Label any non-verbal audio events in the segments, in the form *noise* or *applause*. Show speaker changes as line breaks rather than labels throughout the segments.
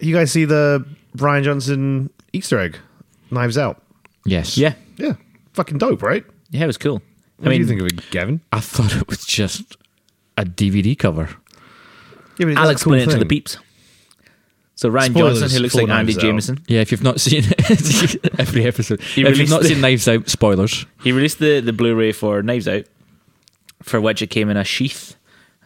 you guys see the Brian Johnson Easter egg, Knives Out.
Yes.
Yeah.
Yeah, fucking dope, right?
Yeah, it was cool.
What
I
do
mean,
you think of it, Gavin?
I thought it was just a DVD cover.
Yeah, but it's
I'll
a cool
explain it to
*laughs*
the
thing.
peeps. So Ryan
Spoilers
Johnson, who looks
for
like Andy
Knives Out.
Jameson,
Yeah, if you've not seen it, *laughs* every episode,
He
if you've
released
not
the-
seen Knives Out, spoilers.
he released the, the Blu-ray for Knives Out, for which it came in a sheath,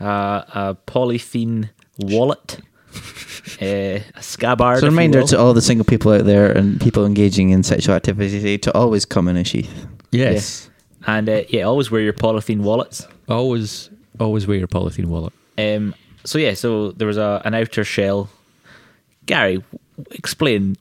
uh, a polythene wallet, *laughs* uh, a scabbard.
So, a
if you
reminder
will.
to all the single people out there and people engaging in sexual activity to always come in a sheath.
Yes.
and uh, yeah, always wear your polythene wallets.
Always, always wear your polythene wallet.
Um, so yeah, so there was a, an outer shell. Gary, w- explain.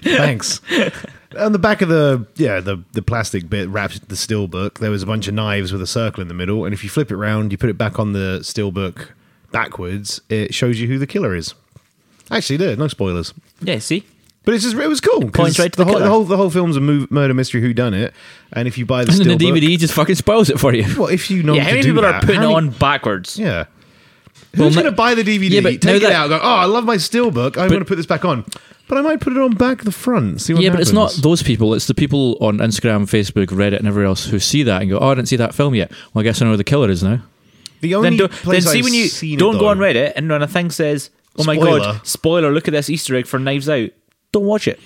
Thanks. *laughs* On the back of the yeah the the plastic bit wrapped the steel book, there was a bunch of knives with a circle in the middle, and if you flip it round, you put it back on the steel book backwards, it shows you who the killer is. Actually, there no spoilers,
Yeah, see,
but it's just it was cool. 'cause
Points right to the
whole,
killer.
whole the whole film's a mov- murder mystery who done it, and if you buy the
And
steel
then the
book,
DVD just fucking spoils it for you.
well, if you know to
yeah, how many
do
people
that,
are putting
how many-
on backwards?
Yeah.
Well,
Who's
no-
going to buy the DVD,
Yeah, but now
take it
that-
out, go, oh, I love my steel book. I'm going to put this back on. But I might put it on back the front, see what
Yeah, but it's not
happens.
those people. It's the people on Instagram, Facebook, Reddit, and everywhere else who see that and go, "Oh, I didn't see that film yet." Well, I guess I know who the killer is now.
The only
Then, do, then
place
see
I've
when you
seen
don't
it
go on Reddit and when a thing says, "Oh my
Spoiler.
god, spoiler! Look at this Easter egg for Knives Out." Don't watch it.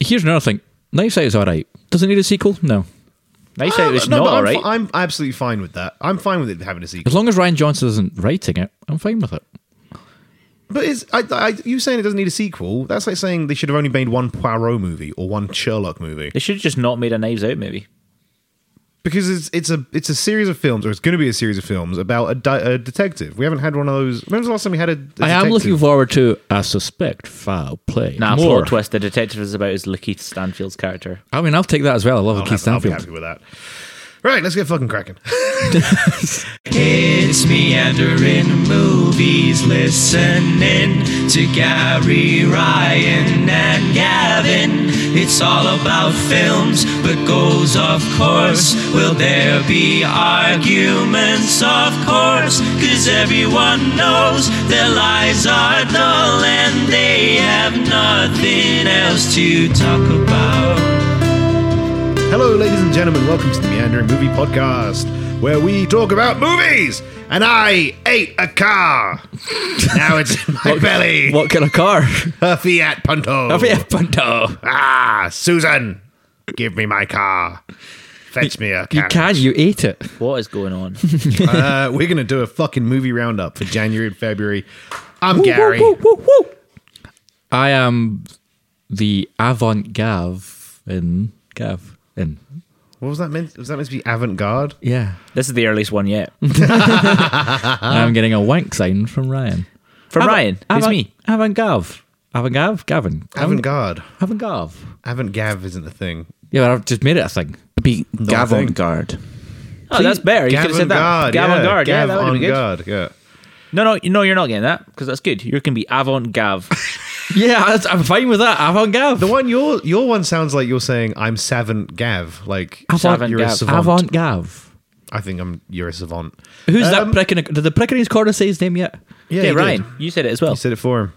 Here's another thing: Knives Out is all right. Does it need a sequel? No.
Knives
Ah,
Out is
no,
not
but I'm,
alright.
fi- I'm absolutely fine with that. I'm fine with it having a
As
sequel.
long as Ryan Johnson isn't writing it, I'm fine with it.
But it's, I, I, you saying it doesn't need a sequel, that's like saying they should have only made one Poirot movie or one Sherlock movie.
They should have just not made a Knives Out movie.
Because it's it's a it's a series of films, or it's going to be a series of films about a, di- a detective. We haven't had one of those. When was the last time we had a? a
I am
detective?
looking forward to I suspect foul play.
Nah,
More.
plot twist. The detective is about is Lakeith Stanfield's character.
I mean, I'll take that as well. I love
I'll,
Keith
have, I'll be
Stanfield.
happy with that. Right, let's get fucking cracking.
It's meandering movies, listening to Gary Ryan and Gavin. It's all about films, but goes off course. Will there be arguments? Of course, cause everyone knows their lives are dull and they have nothing else to talk about.
Hello, ladies and gentlemen. Welcome to the Meandering Movie Podcast, where we talk about movies. And I ate a car. now it's in my belly.
What kind of *laughs* car?
A Fiat Punto.
A Fiat *laughs* Punto.
Ah, Susan, give me my car. Fetch me a
You
car.
can. You ate it.
What is going on? *laughs*
uh, we're gonna do a fucking movie roundup for January and February. I'm Gary.
I am the avant gav in gav in.
What was that meant? Was that meant to be avant-garde?
Yeah,
this is the earliest one yet
I'm getting a wank sign from Ryan.
from Ryan. It's
avant,
me.
Avant gav. Avant gav. Gavin.
Avant-garde.
Avant gav.
Avant-gav isn't a thing.
Yeah, but I've just made it a thing.
Be
Not a thing.
Gavon guard.
Oh, that's better. You could have said
Gavin-garde,
that.
yeah.
Gavin-garde, Yeah, that would be good.
Gav-on-garde, yeah.
No, no, no, you're not getting that because that's good. You're going to be avant
*laughs*
Gav.
Yeah, that's- I'm fine with that. Avant gav.
The one your your one sounds like you're saying I'm savant Gav. Like
Savant
you're a
Gav.
savant.
Avant Um, gav.
I think I'm you're a savant. Um,
Who's that prick in a, Did the prick in his corner say his name yet?
yeah,
he
Ryan,
did.
you said it as well.
You said it for him.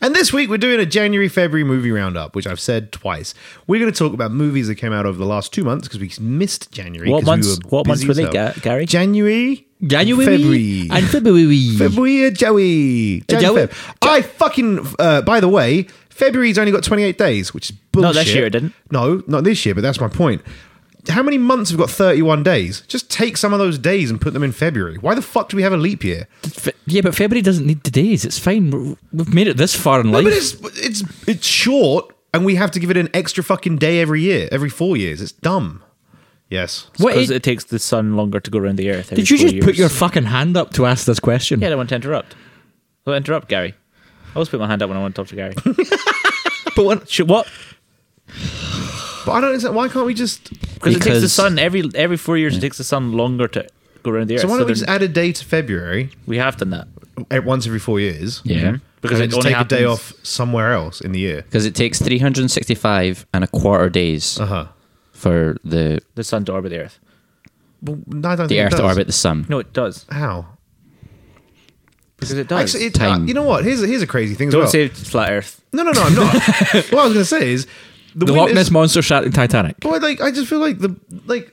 And this week we're doing a January February movie roundup, which I've said twice. We're going to talk about movies that came out over the last two months because we missed January.
What
'cause
months-
We
what months
busy
were
as
they,
hell.
Ga- Gary?
January,
January
February,
and February.
February, Joey, Jan,
Joey?
Feb. I fucking. Uh, by the way, February's only got twenty eight days, which is bullshit.
this year it didn't.
No, not this year, but that's my point. How many months have got thirty one days? Just take some of those days and put them in February. Why the fuck do we have a leap year?
Fe- yeah, but February doesn't need the days. It's fine. We're- We've made it this far in
No,
life.
but it's it's it's short, and we have to give it an extra fucking day every year, every four years. It's dumb. Yes.
What
Because
is-
it takes the sun longer to go around the earth. every
did you
four
just put
years.
your fucking hand up to ask this question?
Yeah, I don't want to interrupt. Don't interrupt, Gary. I always put my hand up when I want to talk
*laughs*
to Gary.
but what?
Should, what?
But I don't understand. Why can't we just?
Because it takes the
Because-
sun every every four years. It takes the sun longer to go around the earth.
So why don't we
then
just add a day to February
we have done that.
at once every four years?
Yeah.
Because
Because
then
it
just
only
take a day
happens-
off somewhere else in the year.
Because it takes 365 and a quarter days
Uh huh.
for the,
The sun to orbit the earth.
Well, no, I don't
the
think it
Earth
does.
to orbit the Sun.
No, it does.
How?
because it does.
Actually, it,
Time.
uh, you know what? Here's a, here's a crazy thing. as
Don't
well.
say flat Earth.
No, no, no, I'm
*laughs*
not. what I was going to say is
The
wind
Loch
is-
Ness monster shattered Titanic.
But like, I just feel like the like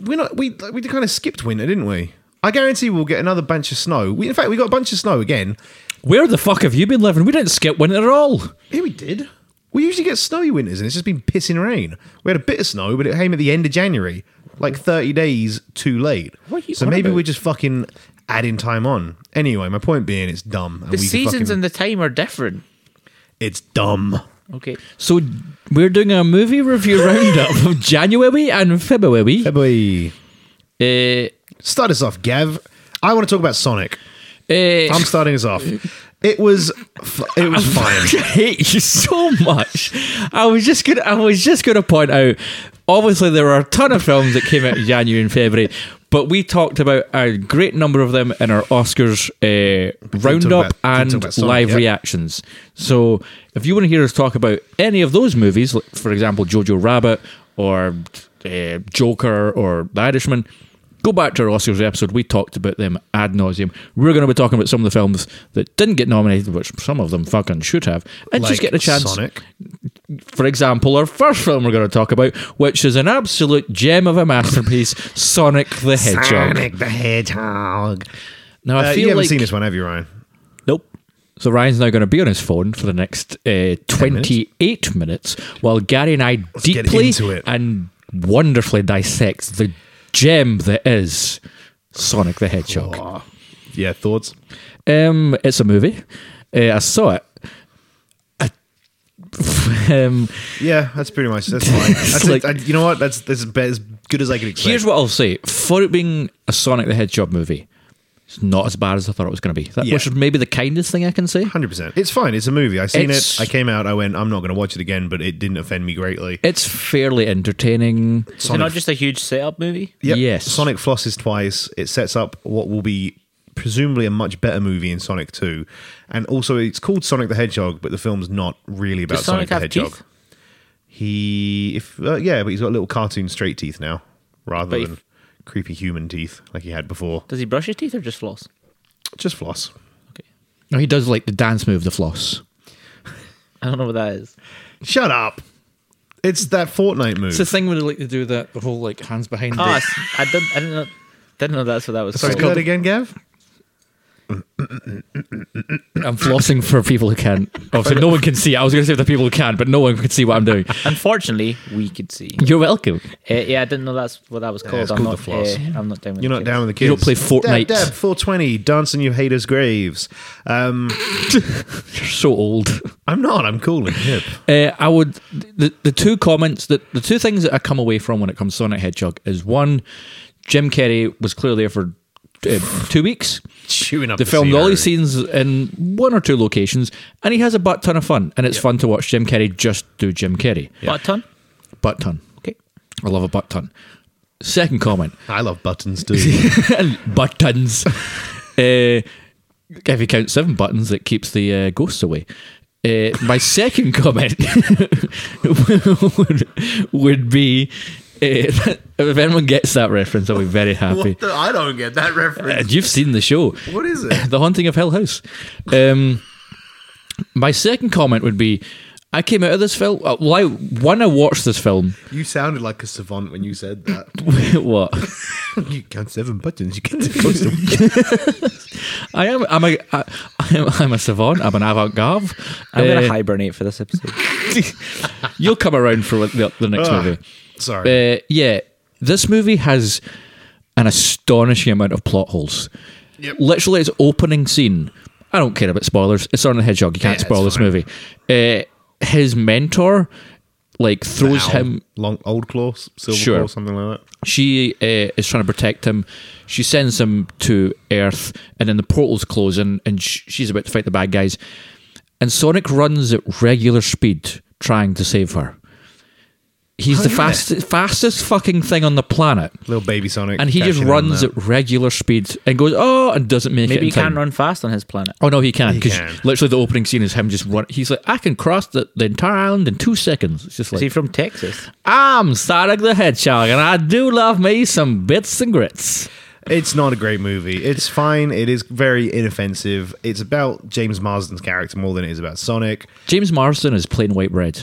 we're not we like, we kind of skipped winter, didn't we? I guarantee we'll get another bunch of snow. We, in fact, we got a bunch of snow again.
Where the fuck have you been living? We didn't skip winter at all.
Yeah, we did. We usually get snowy winters, and it's just been pissing rain. We had a bit of snow, but it came at the end of January, like thirty days too late.
What are you
so
on
maybe
about?
we're just fucking adding time on. Anyway, my point being, it's dumb. and
The
we can
seasons
fucking-
and the time are different.
it's dumb.
Okay.
So we're doing a movie review *laughs* roundup of January and February.
Hey, boy.
Uh,
Start us off, Gav. I want to talk about Sonic.
uh,
I'm starting us off. It was, f- it
*laughs*
was fine.
I hate you so much. I was just gonna I was just gonna point out obviously there are a ton of films that came out in January and February, but we talked about a great number of them in our Oscars uh, roundup
about- didn't talk
and
about Sonic,
live
yeah.
reactions. So if you want to hear us talk about any of those movies, like, for example Jojo Rabbit or uh, Joker or The Irishman, go back to our Oscars episode. We talked about them ad nauseum. We're going to be talking about some of the films that didn't get nominated, which some of them fucking should have, and
Like
just get a chance.
Sonic.
For example, our first film we're going to talk about, which is an absolute gem of a masterpiece, Sonic the Hedgehog.
Sonic the Hedgehog.
Now
Uh,
I
you
feel
haven't
like
seen this one, have you, Ryan?
Nope.
so Ryan's now going to be on his phone for the next uh, twenty-eight minutes, while Gary and I
get
deeply
into it.
and wonderfully dissect the gem that is Sonic the Hedgehog.
Yeah, thoughts.
Um, it's a movie. Uh, I saw it. I, *laughs* um,
Yeah, that's pretty much
*laughs*
that's fine. That's
like-
it. I- you know what? That's that's about as good as I could expect.
here's what I'll say: for it being a Sonic the Hedgehog movie, it's not as bad as I thought it was going to be. That,
Yeah.
Which is maybe the kindest thing I can say.
Hundred percent. It's fine. It's a movie. I seen
It's-
it. I came out. I went. I'm not going to watch it again, but it didn't offend me greatly.
It's fairly entertaining.
Is it not just a huge setup movie?
yes.
Sonic flosses twice. It sets up what will be presumably a much better movie in Sonic Two, and also it's called Sonic the Hedgehog, but the film's not really about
Does Sonic
the
have
Hedgehog.
teeth?
He, if uh, yeah, but he's got little cartoon straight teeth now, rather
But he-
than creepy human teeth like he had before.
Does he brush his teeth or just floss?
Just floss.
No, he does like the dance move, the floss.
I don't know what
*laughs*
that is.
Shut up. It's that Fortnite move.
It's the thing where they like to do that, the whole like hands behind.
Oh, I s- I didn't. I didn't know. Didn't know that's what that was.
Sorry,
called.
do that again, Gav.
*laughs* I'm flossing for people who can't. Obviously, no one can see. I was going to say the people who can, but no one can see what I'm doing.
Unfortunately, we could see.
You're welcome.
Uh, yeah, I didn't know that's what that was called.
it's
I'm
called
not.
the floss.
uh, I'm not down with.
You're not
the kids.
down with the kids.
You don't play Fortnite.
Deb, Deb, 420, dancing your haters' graves. Um,
You're so old.
I'm not. I'm cool and hip.
Uh, I would the the two comments that the two things that I come away from when it comes to Sonic Hedgehog is one, Jim Carrey was clearly there for uh, two weeks.
Chewing up
They
the,
filmed all these
scenery.
scenes in one or two locations, and he has a butt ton of fun, and it's fun to watch Jim Carrey just do Jim Carrey.
Butt ton.
Butt ton.
Okay.
I love a butt ton. Second comment,
I love buttons too.
*laughs* buttons. uh, if you count seven buttons, it keeps the uh, ghosts away. Uh, my *laughs* second comment would, would be uh, *laughs* if anyone gets that reference, I'll be very happy.
I don't get that *laughs*
Uh,
reference.
you've seen the show.
What is it?
The Haunting of Hill House. Um, my second comment would be I came out of this film. uh, Well, I, when I watched this film, *laughs*
You sounded like a savant when you said that. *laughs*
what?
you count seven buttons. You get the coast of-
I am I'm a, I, *laughs* I'm, I'm a savant, I'm an Eh, avant garde.
I'm gonna hibernate for this episode.
*laughs* You'll come around for the, the next
Ah,
movie.
Sorry.
Uh, yeah, this movie has an astonishing amount of plot holes.
Yep.
Literally, its opening scene. I don't care about spoilers. It's on the hedgehog. You can't
Yeah,
spoil
it's
this movie. Uh, his mentor, like, throws
Owl.
him.
long old claw, s- silver
Sure.
claw, something like that.
She uh, is trying to protect him. She sends him to Earth, and then the portals close, and, and sh- she's about to fight the bad guys. And Sonic runs at regular speed, trying to save her. He's the
yeah.
fast, fastest fucking thing on the planet,
Little baby Sonic.
and he just
cashing in on
runs
that.
at regular speed and goes oh, and doesn't make it.
Maybe
in
you can
time.
run fast on his planet.
Oh no, he can because
can.
literally the opening scene is him just run. He's like, I can cross the, the entire island in two seconds. It's just
Is he
like
from Texas?
I'm Sonic the Hedgehog, and I do love me some bits and grits.
It's not a great movie. It's fine. It is very inoffensive. It's about James Marsden's character more than it is about Sonic.
James Marsden is plain white bread.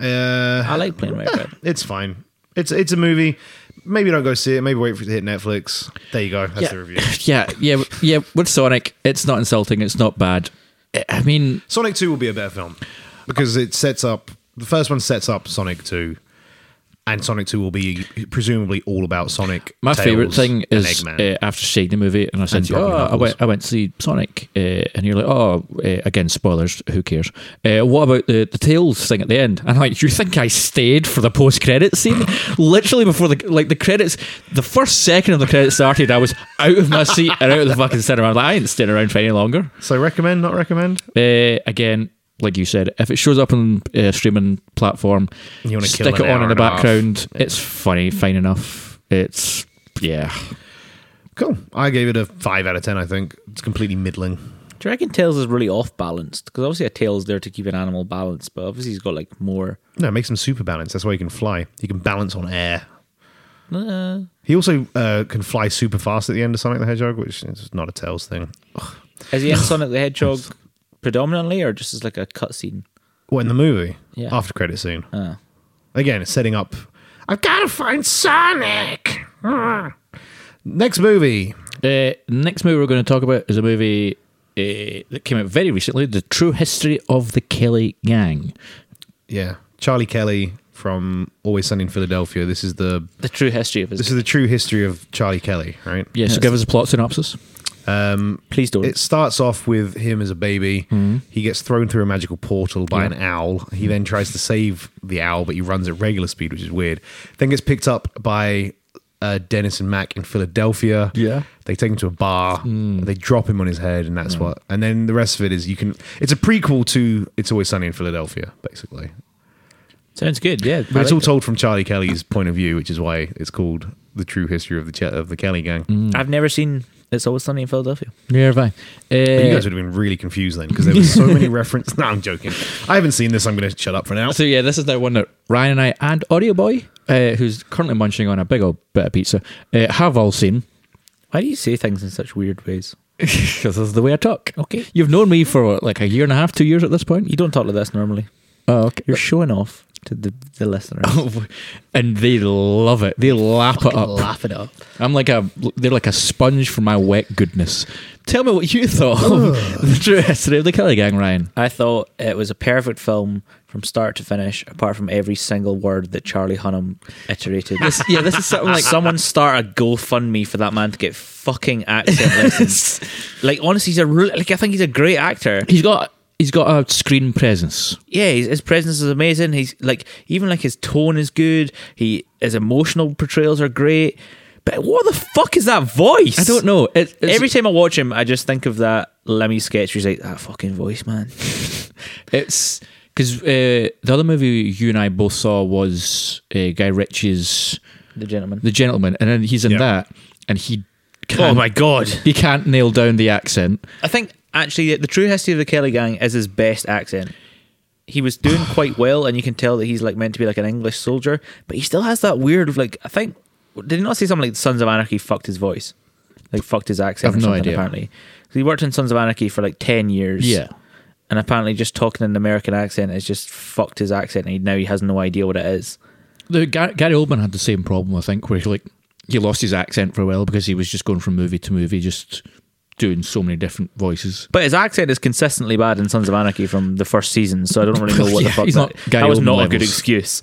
Yeah,
I
uh,
like playing Red
*laughs*
Dead.
it's fine. It's it's a movie. Maybe don't go see it. Maybe wait for it to hit Netflix. There you go. That's the
*laughs*
review.
yeah, yeah, yeah. With Sonic, it's not insulting. It's not bad. I- I mean,
Sonic Two will be a better film because it sets up the first one sets up Sonic Two, and Sonic Two will be presumably all about Sonic.
my
Tails,
favorite thing
and
is
Eggman.
uh, after seeing the movie, and I said,
And
to you,
Robin
"Oh, I
Knuckles.
went, I went to see Sonic," uh, and you're like, "Oh, uh, again, spoilers. Who cares? Uh, what about the the tails thing at the end?" And I'm like, "You think I stayed for the post credit
*laughs*
scene? Literally before the like the credits, the first second of the credits started, I was out of my seat and out of the fucking cinema. I'm like, I ain't staying around for any longer."
so recommend, not recommend.
Uh, again, like you said, if it shows up on a streaming platform,
You wanna kill
stick
an
it on
hour
in the
and a half.
background. It's funny, fine enough. It's yeah.
Cool. I gave it a five out of ten. I think it's completely middling.
Do you reckon Tails is really off balanced? Because obviously a tail's there to keep an animal balanced, but obviously he's got like more.
No, it makes him super balanced. That's why he can fly. He can balance on air.
Uh,
He also uh, can fly super fast at the end of Sonic the Hedgehog, which is not a Tails thing.
is *laughs* he in Sonic the Hedgehog predominantly, or just as like a cutscene?
What in the movie?
Yeah.
After credit scene.
Oh.
Again, it's setting up. I've got to find Sonic. *laughs* Next movie.
Uh, next movie we're going to talk about is a movie uh, that came out very recently, "The True History of the Kelly Gang."
Yeah, Charlie Kelly from Always Sunny in Philadelphia. This is the
The true history of his.
this is the true history of Charlie Kelly, right?
Yeah, so give us a plot synopsis.
Please don't.
It starts off with him as a baby. He gets thrown through a magical portal by an owl. He then tries to save the owl, but he runs at regular speed, which is weird. Then gets picked up by uh, Dennis and Mac in Philadelphia.
Yeah.
They take him to a bar. They drop him on his head, and that's what. And then the rest of it is you can. It's a prequel to It's Always Sunny in Philadelphia, basically.
Sounds good. Yeah,
But it's all told from Charlie Kelly's point of view, which is why it's called the true history of the Ch- of the Kelly gang.
I've never seen It's Always Sunny in Philadelphia.
Yeah, fine. Uh,
You guys would have been really confused then because there were so *laughs* many references. No, I'm joking. I haven't seen this. I'm going to shut up for now.
So yeah, this is now one that Ryan and I and Audio Boy, uh, who's currently munching on a big old bit of pizza, uh, have all seen.
Why do you say things in such weird ways?
*laughs* Because this is the way I talk.
Okay.
You've known me for what, like a year and a half, two years at this point.
You don't talk like this normally.
Oh, okay. *laughs*
You're showing off to the the listener.
Oh, and they love it. They lap it up.
*laughs* Laugh it up.
I'm like a, they're like a sponge for my wet goodness. Tell me what you thought of *laughs* the true history of the Kelly Gang, Ryan.
I thought it was a perfect film from start to finish, apart from every single word that Charlie Hunnam iterated.
yeah, this is something like
Someone start a GoFundMe for that man to get fucking
*laughs*
accent lessons. like honestly, he's a real, like I think he's a great actor.
he's got he's got a screen presence.
yeah, his, his presence is amazing. He's like even like his tone is good. He his emotional portrayals are great. But what the fuck is that voice?
I don't know. It, it's,
Every time I watch him, I just think of that Lemmy sketch. Where he's like that fucking voice, man.
It's because uh, the other movie you and I both saw was uh, Guy Ritchie's
The gentleman.
The Gentleman, and then he's in
Yeah.
that, and he can't,
oh my god.
he can't nail down the accent.
I think actually that the true history of the Kelly Gang is his best accent. He was doing
*sighs*
quite well, and you can tell that he's like meant to be like an English soldier, but he still has that weird like I think did he not say something like Sons of Anarchy fucked his voice, like fucked his accent?
I've
or
no
something,
idea.
Apparently, so he worked in Sons of Anarchy for like ten years.
Yeah.
and apparently just talking in an American accent has just fucked his accent, and he, now he has no idea what it is.
The Gar- Gary Oldman had the same problem, I think, where he, like he lost his accent for a while because he was just going from movie to movie, just doing so many different voices.
But his accent is consistently bad in Sons of Anarchy from the first season, so I don't
*laughs*
really know what
Yeah,
the fuck.
he's
that,
not Gary
that was
Oldman
not a
levels.
good excuse.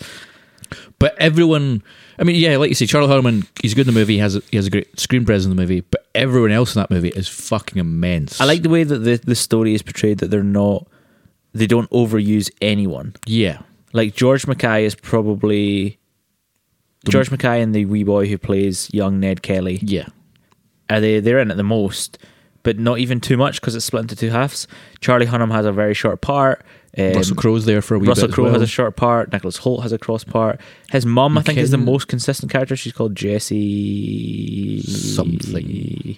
But everyone, I mean, yeah, like you say, Charlie Hunnam, he's good in the movie. He has a, he has a great screen presence in the movie, but everyone else in that movie is fucking immense.
I like the way that the, the story is portrayed that they're not they don't overuse anyone.
yeah.
Like George Mackay is probably George Mackay and the wee boy who plays young Ned Kelly
Yeah,
are they they're in it the most, but not even too much because it's split into two halves. Charlie Hunnam has a very short part. Um,
Russell Crowe's there for a wee bit.
Russell
as
Crowe has
well.
a short part. Nicholas Holt has a cross part. His mum, I think, is the
McKin-
most consistent character. She's called Jessie
Something.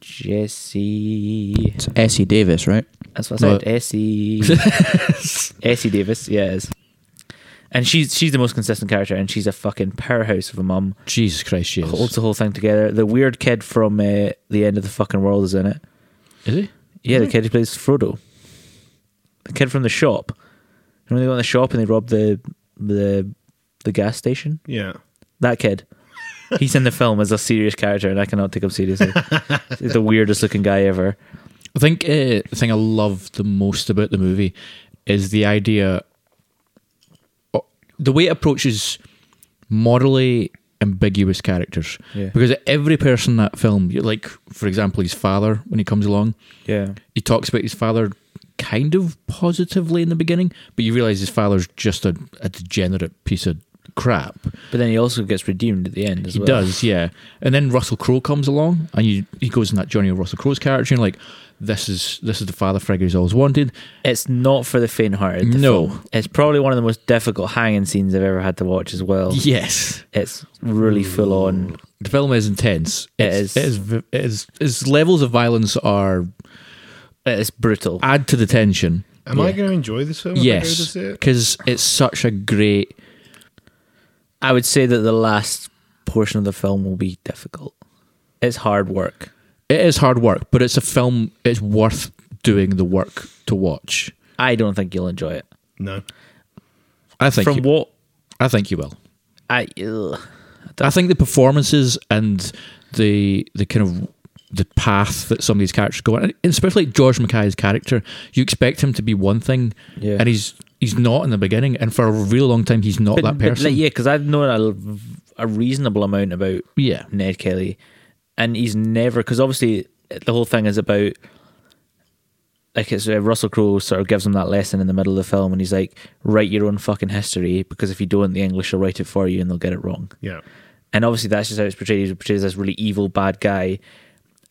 Jessie.
It's Essie E Davis, right?
*laughs*
That's what I
No.
said. Essie. Essie Davis, yes. And she's she's the most consistent character, and she's a fucking powerhouse of a mum.
Jesus Christ, she is.
Holds the whole thing together. The weird kid from uh, the end of the fucking world is in it.
Is he?
Yeah,
Mm.
the kid who plays Frodo. The kid from the shop. Remember they went in the shop and they robbed the the the gas station?
Yeah.
That kid. He's in the film as a serious character and I cannot take him
*laughs*
seriously. He's the weirdest looking guy ever.
I think uh, the thing I love the most about the movie is the idea, o- the way it approaches morally ambiguous characters.
Yeah.
Because every person in that film, you- like for example, his father when he comes along,
Yeah.
he talks about his father kind of positively in the beginning, but you realise his father's just a, a degenerate piece of crap.
But then he also gets redeemed at the end as
He
well.
does, yeah. And then Russell Crowe comes along, and you, he goes in that journey of Russell Crowe's character, and like, this is this is the father figure he's always wanted.
It's not for the faint hearted.
No.
It's probably one of the most difficult hanging scenes I've ever had to watch as well.
Yes,
It's really full on.
the film is intense.
It
It's-
is.
It is. v- It is. Its levels of violence are
It's brutal.
add to the tension.
Am I going to enjoy this film? if I go to
yes,
see it?
because it's such a great.
I would say that the last portion of the film will be difficult. It's hard work.
It is hard work, but it's a film. It's worth doing the work to watch.
I don't think you'll enjoy it.
No.
I think.
From
you,
what
I think you will.
I ugh.
I think the performances and the the kind of the path that some of these characters go on, and especially George Mackay's character, you expect him to be one thing,
Yeah.
and he's he's not in the beginning, and for a real long time he's not
But-
that
but,
person.
like, yeah, because I've known a, a reasonable amount about
yeah,
Ned Kelly, and he's never because obviously the whole thing is about like it's uh, Russell Crowe sort of gives him that lesson in the middle of the film, and he's like, write your own fucking history because if you don't, the English will write it for you and they'll get it wrong.
Yeah.
And obviously, that's just how it's portrayed. He's portrayed as this really evil, bad guy.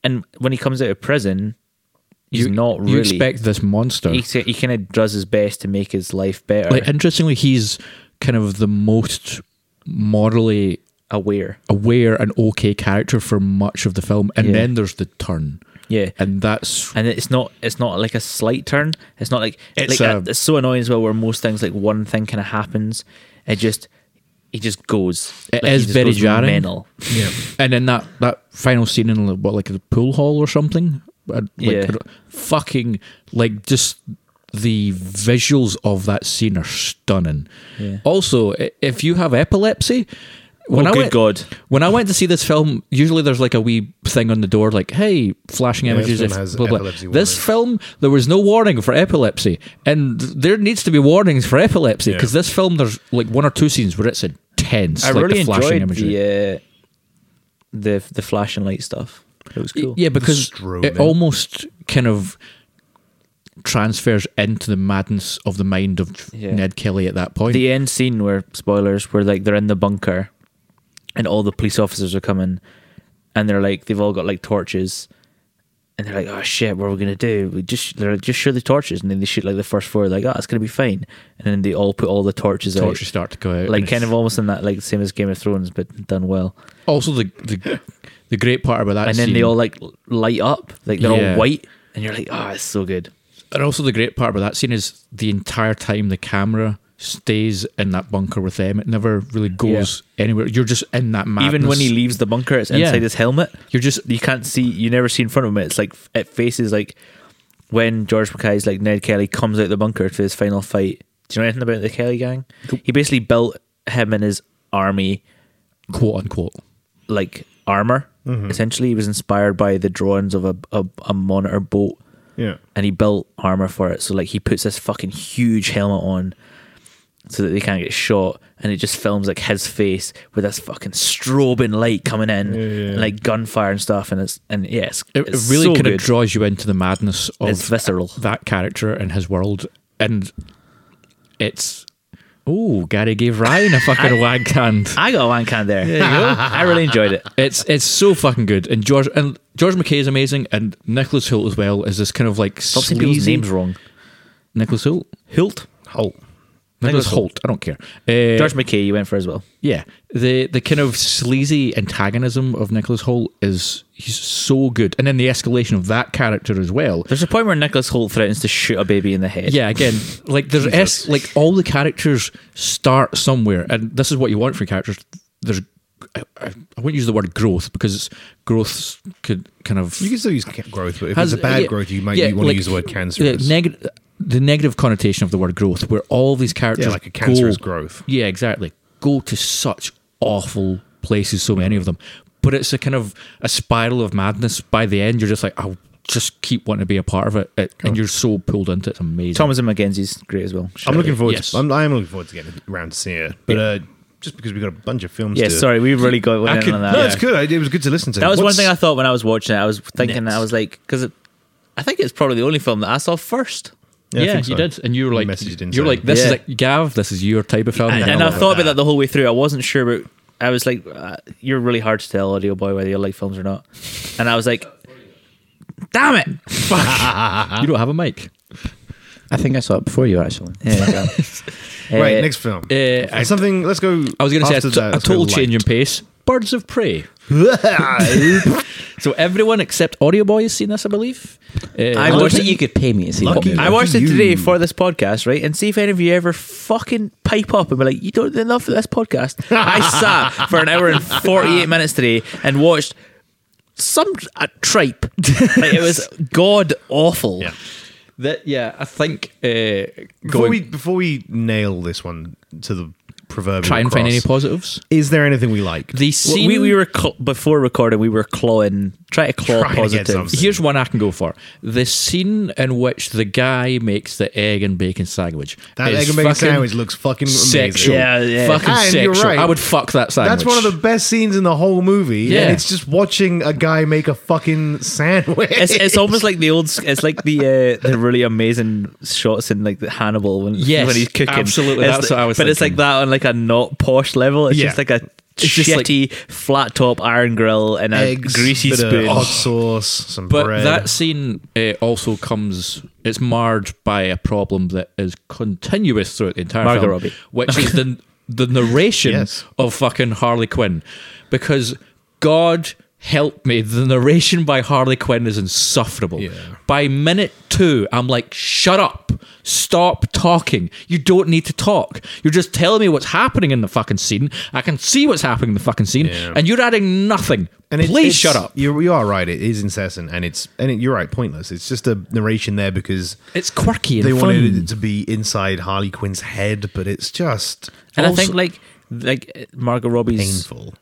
And when he comes out of prison, he's not really.
You expect this monster.
he, he kind of does his best to make his life better,
like interestingly, he's kind of the most morally
aware.
aware and okay character for much of the film, and
Yeah.
then there's the turn,
Yeah.
and that's
and it's not it's not like a slight turn. It's not like
It's um,
it's
a-
like it's so annoying as well. Where most things like one thing kind of happens, it just it just goes.
It
It is like, he
is
just
very
goes
jarring. Oh,
Mental.
Yeah.
And then that that final scene in the- what like the pool hall or something, Uh, like,
Yeah.
uh, fucking like just the visuals of that scene are stunning.
Yeah.
Also, i- if you have epilepsy, when
Oh,
I
good
went,
God.
when I went to see this film, usually there's like a wee thing on the door, like hey, flashing
Yeah, this
images.
film
if-
has
blah, blah.
epilepsy
This film, there was no warning for epilepsy, and th- there needs to be warnings for epilepsy
Yeah.
because this film, there's like one or two scenes where it's intense.
I
like
really
the flashing
enjoyed
imagery.
the uh, the the flashing light stuff. It was cool.
Yeah, because
strobe
it
in.
almost kind of transfers into the madness of the mind of
Yeah.
Ned Kelly at that point.
The end scene where spoilers, where like they're in the bunker, and all the police officers are coming, and they're like they've all got like torches, and they're like, oh shit, what are we gonna do? We just they're like, just shoot the torches, and then they shoot like the first four, like oh it's gonna be fine, and then they all put all the torches,
torches
out,
start to go out.
like
and
kind of
it's-
almost in that like same as Game of Thrones, but done well,
also the the, the great part about that,
and then
scene,
they all like l- light up, like they're
Yeah.
all white, and you're like, oh it's so good.
and also the great part about that scene is the entire time the camera stays in that bunker with them. It never really goes anywhere. You're just in that madness.
Even when he leaves the bunker, it's
Yeah.
inside his helmet.
you're just
you can't see you never see in front of him it's like it faces like when George Mackay's like Ned Kelly comes out the bunker for his final fight do you know anything about the Kelly gang he basically built him and his army
quote unquote.
like armor essentially he was inspired by the drawings of a, a, a monitor boat
Yeah.
and he built armor for it so like he puts this fucking huge helmet on so that they can't get shot and it just films like his face with this fucking strobing light coming in
yeah, yeah.
like gunfire and stuff and it's and yes
It, it really kind of draws you into the madness of
It's visceral.
that character and his world, and it's oh, Gary gave Ryan a fucking wag hand.
*laughs* I got a wank can there. I really enjoyed it.
It's it's so fucking good, and George and George McKay is amazing, and Nicholas Hoult as well is this kind of like
Stop saying people's
sleazy-
names wrong.
Nicholas Hoult,
Hult.
Holt.
Nicholas Holt. I don't care. Uh,
George McKay, you went for as well.
yeah, the the kind of sleazy antagonism of Nicholas Holt is he's so good, and then the escalation of that character as well.
There's a point where Nicholas Holt threatens to shoot a baby in the head.
Yeah, again, like there's es- like all the characters start somewhere, and this is what you want from characters. There's I, I, I won't use the word growth because it's growth could kind of
You can still use ca- growth, but if
has-
it's a bad
yeah,
growth, you might
yeah,
you want
like,
to use the word
yeah,
cancerous.
neg- the negative connotation of the word growth, where all these characters
Yeah, like a cancerous
go-
growth.
Yeah, exactly. Go to such awful places, so many of them. But it's a kind of a spiral of madness. By the end, you're just like, I'll just keep wanting to be a part of it, It- and you're so pulled into it. It's amazing.
Thomas and McKenzie's great as well.
I'm looking forward.
yes.
To, I'm, I am looking forward to getting around to seeing it, but uh, just because we got a bunch of films.
Yeah,
to,
sorry, we really got
I
went
could,
in on that.
no, it's good. I, it was good to listen to.
That was
What's-
one thing I thought when I was watching it. I was thinking
Next.
that I was like, because I think it's probably the only film that I saw first.
yeah,
I think
you
so.
did, and you were like,
messaged in
you're
saying-
like, this is
Yeah.
it, Gav. This is your type of film.
and,
Yeah,
and
I
I
love
thought
it.
about that the whole way through. I wasn't sure, but I was like, uh, "You're really hard to tell, Audio Boy, whether you like films or not." And I was like, "Damn it!"
you don't have a mic.
I think I saw it before you actually. *laughs*
Yeah.
Right,
Uh,
next film.
uh,
It's
I-
something. Let's go.
I was going to say a,
after
t-
that,
a
let's go
total
light.
change in pace. Birds of
*laughs*
Prey. so everyone except Audio Boy has seen this, I believe. Uh,
I
I
don't
watched
think
it-
you could pay me to see
Lucky
that movie.
I watched it
you.
today for this podcast, right? And see if any of you ever fucking pipe up and be like, "You don't do enough for this podcast." I sat for an hour and forty-eight minutes today and watched some uh, a
*laughs*
tripe. Like, it was god awful.
Yeah.
that, yeah, I think. Uh,
Before
going,
we before we nail this one to the proverbial.
try and find
cross,
any positives.
Is there anything we liked?
The
Well,
scene.
we, we were cl- before recording. We were clawing, try to claw
Trying to get
positives.
something.
Here's one I can go for. The scene in which the guy makes the egg and bacon sandwich.
that
is
egg and bacon
fucking
sandwich looks fucking amazing.
Sexual.
Yeah, yeah.
Fucking
And you're
sexual.
right.
I would fuck that sandwich.
That's one of the best scenes in the whole movie.
Yeah.
And it's just watching a guy make a fucking sandwich.
*laughs*
It's, it's almost like the old. s- It's like the uh, the really amazing shots in like the Hannibal when,
Yes,
when he's cooking.
absolutely,
It's
that's
like-
what I was
But it's like
thinking.
that on like a not posh level. It's
Yeah.
just like a
It's just like-
shitty flat top iron grill and a
*laughs* eggs,
greasy
bit of
spoon.
hot sauce, some
But
bread.
that scene uh, also comes. It's marred by a problem that is continuous throughout the entire
Margot
film,
Robbie.
which is
*laughs*
the the narration
Yes.
of fucking Harley Quinn, because God help me, the narration by Harley Quinn is insufferable. By minute two, I'm like, shut up, stop talking. You don't need to talk. You're just telling me what's happening in the fucking scene. I can see what's happening in the fucking scene,
Yeah.
and you're adding nothing.
And it-
Please
it's-
shut up.
You, you are right. It is incessant, and it's and it, you're right. Pointless. It's just a narration there because
It's quirky and
they
fun.
wanted it to be inside Harley Quinn's head, but it's just
and I
also-
think like
uh,
like Margot Robbie's
painful.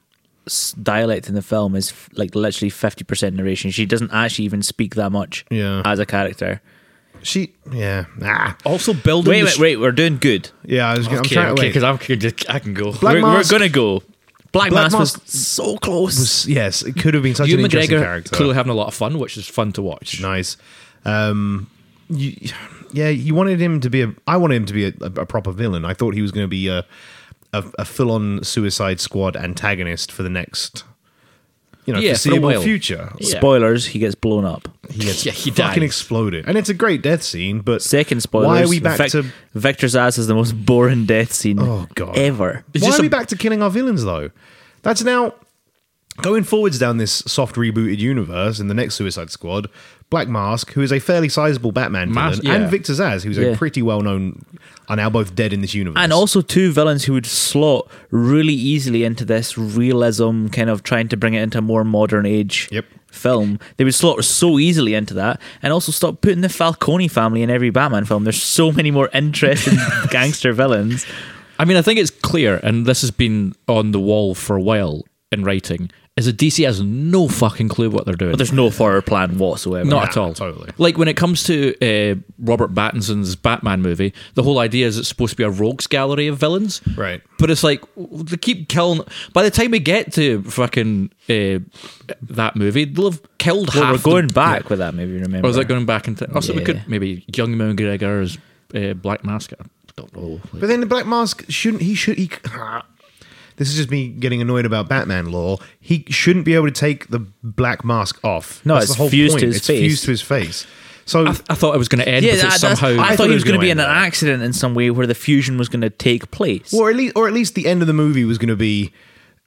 s- dialect in the film is f- like literally fifty percent narration. She doesn't actually even speak that much
Yeah.
as a character.
She, yeah, ah,
Also building.
Wait,
the
wait,
st-
wait. We're doing good.
yeah. I was, I'm
Okay,
trying to
okay,
wait.
because I'm just, I can go.
Black
we're, we're
Mask-
gonna go. Black,
Black
Mask,
Mask
was so close.
yes, it could have been such
you
an
and
interesting
McGregor
character.
clearly having a lot of fun, which is fun to watch.
nice. Um, you, yeah, you wanted him to be a. I wanted him to be a, a proper villain. I thought he was going to be a a, a full on Suicide Squad antagonist for the next, you know,
Yeah, for a
foreseeable
while.
future.
Yeah.
Spoilers, he gets blown up.
He gets
Yeah, he
fucking
dies.
exploded, and it's a great death scene. But
Second spoilers.
Why are we back
Vic-
to?
Victor's ass is the most boring death scene
Oh, God.
ever.
It's
why
just
are we
a-
back to killing our villains though? That's now going forwards down this soft rebooted universe in the next Suicide Squad. Black Mask, who is a fairly sizable Batman
Mas-
villain,
yeah.
and Victor Zaz, who's
Yeah.
a pretty well known, are now both dead in this universe.
And also two villains who would slot really easily into this realism kind of trying to bring it into a more modern age
Yep.
film. They would slot so easily into that, and also stop putting the Falcone family in every Batman film. There's so many more interesting
*laughs*
gangster villains.
I mean, I think it's clear, and this has been on the wall for a while in writing, is that DC has no fucking clue what they're doing.
But there's no forward plan whatsoever.
not
Nah,
at all.
totally.
Like when it comes to uh, Robert Pattinson's Batman movie, the whole idea is it's supposed to be a rogues gallery of villains,
Right.
But it's like w- they keep killing. By the time we get to fucking uh, that movie, they'll have killed
Well,
half.
we're
the-
going back with that maybe, remember.
Or
Oh,
is that going back into? Also, we
Yeah.
could maybe young McGregor as uh, Black Mask. I don't know.
But then the Black Mask shouldn't he should he This is just me getting annoyed about Batman law. He shouldn't be able to take the black mask off.
No,
That's
it's
the whole
fused
point.
to his
it's
face.
fused to his face. So
I, I thought it was going to end
Yeah,
with it
that- that's-
somehow.
I
I,
thought
thought
it
he
was
was going
gonna
to be
end
in an
that way.
accident in some way where the fusion was going to take place.
or at least or at least the end of the movie was going to be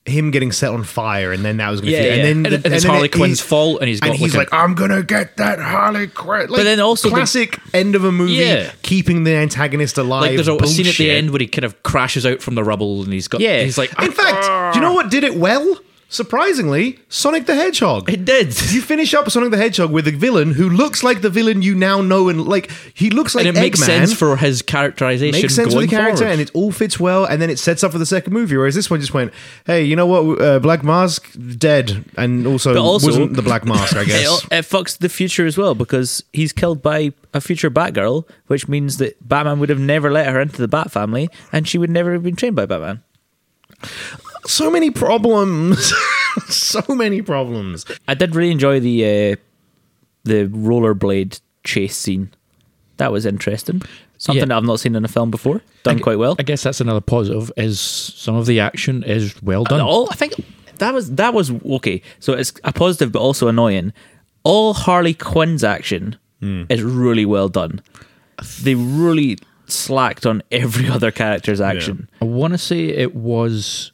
him getting set on fire, and then that was going to
Yeah,
be,
yeah.
and
And
then
it- it's
then
Harley
it-
Quinn's
he's-
fault, and he's got
and he's
like
like,
a-
I'm gonna get that Harley Quinn. Like,
But then also the-
classic end of a movie,
Yeah.
keeping the antagonist alive.
like there's a, a scene at the
"Oh, bullshit.
end where he kind of crashes out from the rubble, and he's got
Yeah.
He's like,
In fact, do you know what did it well? Surprisingly, Sonic the Hedgehog.
it did.
you finish up Sonic the Hedgehog with a villain who looks like the villain you now know and like he looks like
and *laughs* it makes
Eggman.
sense for his characterization.
makes sense
going
with the character
forward.
and it all fits well and then it sets up for the second movie whereas this one just went hey you know what uh, Black Mask dead and also,
But also-
wasn't the Black Mask
*laughs*
I
It,
guess
it fucks the future as well because he's killed by a future Batgirl, which means that Batman would have never let her into the Bat family, and she would never have been trained by Batman.
so many problems *laughs* so many problems
I did really enjoy the uh, the rollerblade chase scene. That was interesting. Something
Yeah.
that I've not seen in a film before. Done quite well.
I guess that's another positive. Is some of the action is well done.
All I think that was that was okay. So it's a positive but also annoying. All Harley Quinn's action
Hmm.
is really well done. They really slacked on every *laughs* other character's action.
I want to say it was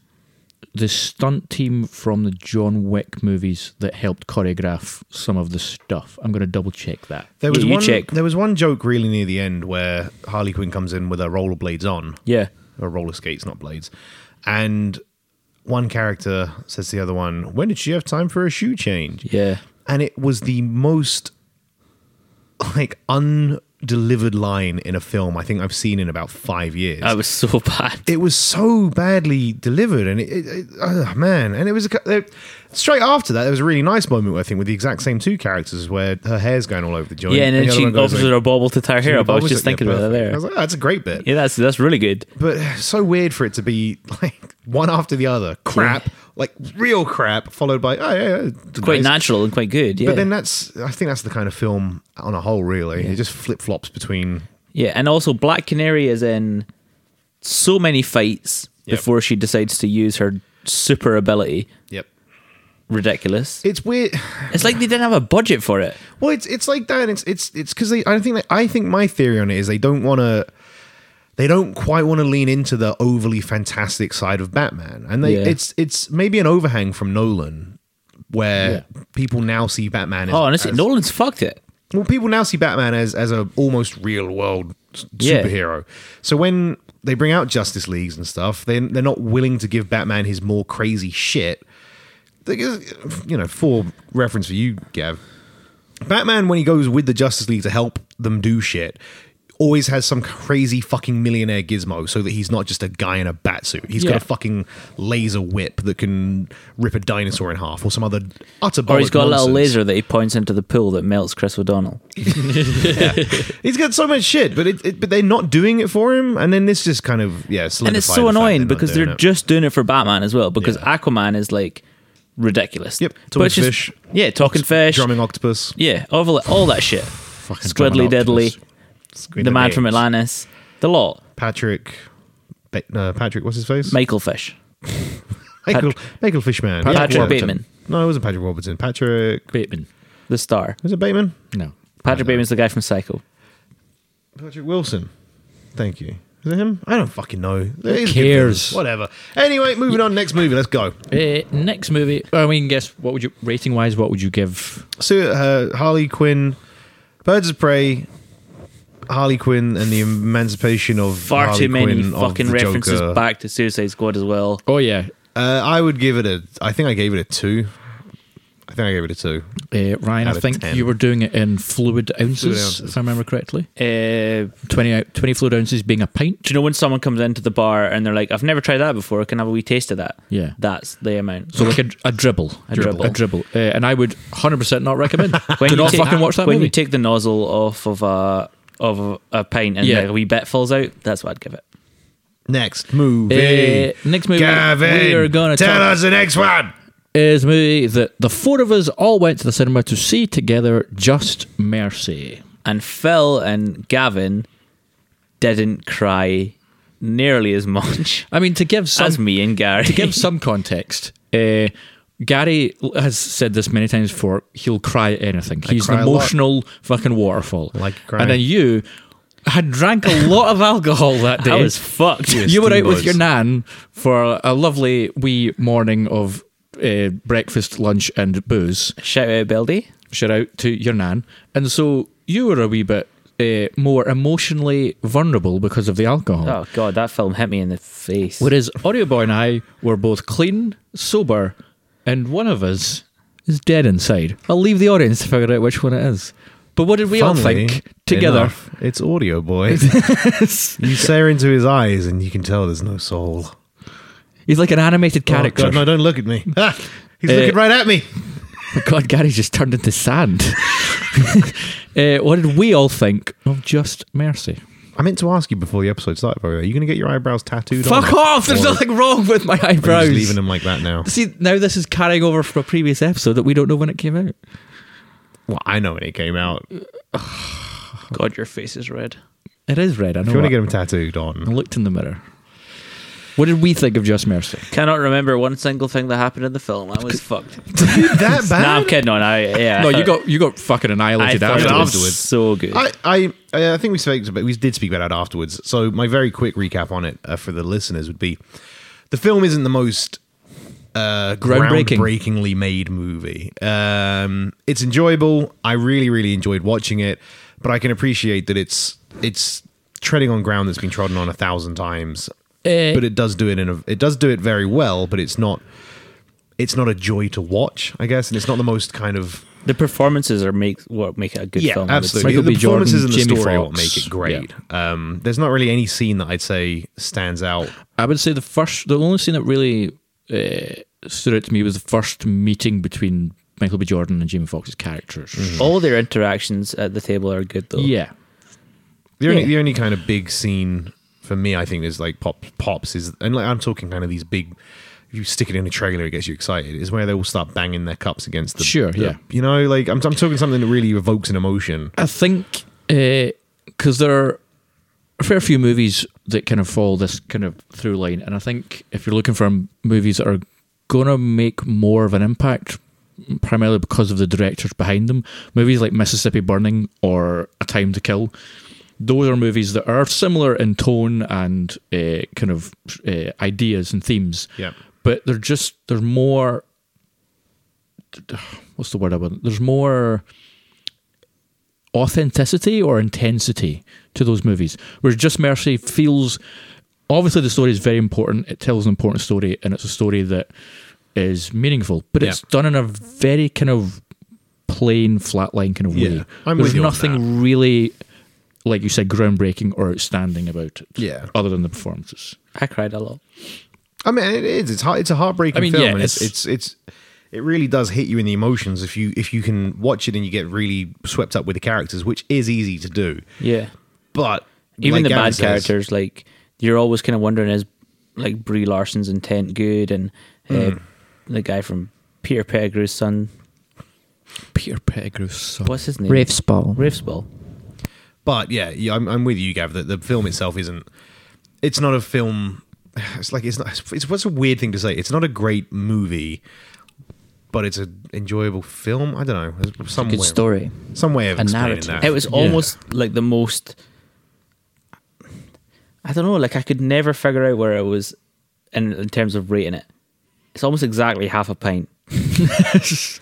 the stunt team from the John Wick movies that helped choreograph some of the stuff. I'm going to double check that.
there was
Yeah, you
one
check.
there was one joke really near the end where Harley Quinn comes in with her rollerblades on
Yeah.
or roller skates, not blades. And one character says to the other one, "When did she have time for a shoe change?"
Yeah.
and it was the most like undelivered line in a film I think I've seen in about five years.
That was so *laughs* bad.
it was so badly delivered, and it, it, it oh, man, and it was a, cu- it, straight after that. There was a really nice moment I think with the exact same two characters where her hair's going all over the joint.
yeah, and
the
then
other
she
one goes
offers
like-
her a bobble to tie her
she
hair up. I was
bobbles
just
like, yeah,
thinking about that
perfect.
there.
I was like, oh, that's a great bit.
yeah, that's that's really good.
But so weird for it to be like one after the other crap, like real crap, followed by oh yeah, yeah it's
Quite
nice.
natural and quite good. Yeah.
But then that's I think that's the kind of film on a whole really. It just flip flops between.
Yeah, and also Black Canary is in so many fights
Yep.
before she decides to use her super ability.
Yep.
Ridiculous.
It's weird.
It's like they didn't have a budget for it.
Well, it's it's like that. It's it's it's because they. I think that, I think my theory on it is they don't want to. They don't quite want to lean into the overly fantastic side of Batman, and they
Yeah.
it's it's maybe an overhang from Nolan, where people now see Batman. As,
Oh, honestly,
as-
Nolan's fucked it.
well, people now see Batman as as a almost real world s-
Yeah.
superhero. So when they bring out Justice Leagues and stuff, they they're not willing to give Batman his more crazy shit. Because, You know, for reference for you, Gav, Batman when he goes with the Justice League to help them do shit. Always has some crazy fucking millionaire gizmo so that he's not just a guy in a bat suit. He's
Yeah.
got a fucking laser whip that can rip a dinosaur in half or some other utter
Or he's got a little
nonsense.
laser that he points into the pool that melts Chris O'Donnell.
He's got so much shit, but it, it but they're not doing it for him, and then this just kind of yeah.
And it's
solidified
so
the fact
annoying
they're not
because
doing
they're
it.
just doing it for Batman as well because
Yeah.
Aquaman is like ridiculous.
Yep,
But
talking
it's just-
fish.
Yeah, talking fish.
drumming octopus,
Yeah, all, all that shit.
fucking
Squidly
drumming
Diddly,
octopus. Squidly
the man from
Diddly.
Atlantis, the lot,
Patrick. Ba- no, Patrick, what's his face?
Michael Fish.
Michael, Michael Fishman.
Patrick
Patrick
Warburton.
Bateman.
No, it wasn't Patrick Warburton. Patrick
Bateman.
the star.
was it Bateman?
No.
Patrick Bateman's the guy from Psycho.
Patrick Wilson. Thank you. Is it him? I don't fucking know. Who
cares?
Whatever. Anyway, moving on. Next movie. Let's go.
Uh, next movie. I mean, guess what would you rating wise? What would you give?
So uh, Harley Quinn, Birds of Prey, Harley Quinn, and the Emancipation of
Far
Harley
too many
Quinn of
fucking
the
references
Joker.
back to Suicide Squad as well.
Oh yeah,
Uh, I would give it a. I think I gave it a two. I think I gave it a two.
uh, Ryan.
Out
I
of
think
10.
you were doing it in fluid ounces,
ounces.
if I remember correctly.
Uh,
20, ou- 20 fluid ounces being a pint.
do you know when someone comes into the bar and they're like, "I've never tried that before. Can I have a wee taste of that?"
Yeah.
that's the amount.
So like a, a dribble,
A
a dribble, uh, and I would hundred percent not *laughs* recommend. Do not
take-
fucking watch that
when
movie.
you take the nozzle off of a of a pint and
Yeah.
like a wee bit falls out, that's what I'd give it.
Next movie.
Uh, next movie
Gavin,
we are gonna
tell
talk-
us the next one.
is a movie that the four of us all went to the cinema to see together. Just Mercy.
And Phil and Gavin didn't cry nearly as much
I mean, to give *laughs* some
as me and Gary.
to give some context, uh, Gary has said this many times before. He'll cry at anything. He's
cry
an
a lot.
emotional fucking waterfall.
like crying.
and then you had drank a lot of *laughs* alcohol that day.
*laughs* I was fucked.
Yeah.
you were out with
steamboats.
your nan for a lovely wee morning of uh, breakfast, lunch, and booze.
Shout out, Beldy.
Shout out to your nan. And so you were a wee bit uh, more emotionally vulnerable because of the alcohol.
Oh god, that film hit me in the face.
Whereas Audio Boy and I were both clean, sober, and one of us is dead inside. I'll leave the audience to figure out which one it is. But what did we all
Funnily
think together?
enough, it's audio boy. you stare into his eyes and you can tell there's no soul.
He's like an animated character.
Oh, God, no, don't look at me. *laughs* Ah, he's
Uh,
looking right at me.
God, Gary just turned into sand. *laughs* uh, what did we all think of Just Mercy?
I meant to ask you before the episode started. By the way, are you going to get your eyebrows tattooed?
Fuck
on?
off! There's
Or
nothing wrong with my
are you
eyebrows.
just leaving them like that now.
See, now this is carrying over from a previous episode that we don't know when it came out.
Well, I know when it came out. If
God, your face is red.
It is red. I know.
you want to get
that.
them tattooed
I
on,
looked in the mirror. What did we think of Just Mercy?
Cannot remember one single thing that happened in the film. I was fucked.
that bad?
Nah, I'm kidding on. I yeah.
No, you got you got fucking
I
annihilated
thought it
afterwards.
was so good.
I, I, I think we spoke about, we did speak about it afterwards. So my very quick recap on it uh, for the listeners would be: the film isn't the most uh,
Groundbreaking.
groundbreakingly made movie. Um, it's enjoyable. I really, really enjoyed watching it, but I can appreciate that it's it's treading on ground that's been trodden on a thousand times.
Eh.
but it does do it in a it does do it very well. But it's not it's not a joy to watch, I guess, and it's not the most kind of
the performances are make what make it a good film. I would
absolutely.
Michael
the
B. Jordan,
performances and the
Jamie
story are what
Foxx.
make it great. Um, there's not really any scene that I'd say stands out.
I would say the first, the only scene that really uh, stood out to me was the first meeting between Michael B. Jordan and Jamie Foxx's characters.
say. All their interactions at the table are good though.
Yeah,
The only
Yeah.
the only kind of big scene for me, I think, is like pop pops is, and like I'm talking kind of these big. If you stick it in a trailer, it gets you excited. Is where they all start banging their cups against the.
Sure,
the-
yeah.
You know, like I'm, I'm talking something that really evokes an emotion.
I think because there are a fair few movies that kind of follow this kind of through line, and I think if you're looking for m- movies that are gonna make more of an impact, primarily because of the directors behind them, movies like Mississippi Burning or A Time to Kill. Those are movies that are similar in tone and uh, kind of uh, ideas and themes,
Yeah.
but they're just they're more. What's the word I want? There's more authenticity or intensity to those movies. Whereas Just Mercy feels obviously the story is very important. It tells an important story and it's a story that is meaningful, but it's
Yeah.
done in a very kind of plain, flatline kind of
Yeah,
way.
I'm with
There's
you on
nothing really, like you said, groundbreaking or outstanding about it.
Yeah.
Other than the performances.
I cried a lot.
I mean, it is. It's heart, it's a heartbreaking
I mean,
film.
yeah,
and it's,
it's-
it's it's it really does hit you in the emotions if you if you can watch it and you get really swept up with the characters, which is easy to do.
Yeah.
But
Even
like
the
Gavin
bad
says,
characters, like you're always kind of wondering is like Brie Larson's intent good and uh, the guy from Peter Pettigrew's son.
Peter Pettigrew's son.
What's his name?
Rafe Spall.
Rafe's ball.
But yeah, yeah I'm, I'm with you, Gav. That the film itself isn't. It's not a film. *sighs* It's like it's not. It's, it's what's a weird thing to say. It's not a great movie, but it's an enjoyable film. I don't know. Some
Good
way,
story.
Some way of
A
explaining
narrative.
that.
It was almost like the most. I don't know. Like I could never figure out where it was, in in terms of rating it. It's almost exactly half a pint.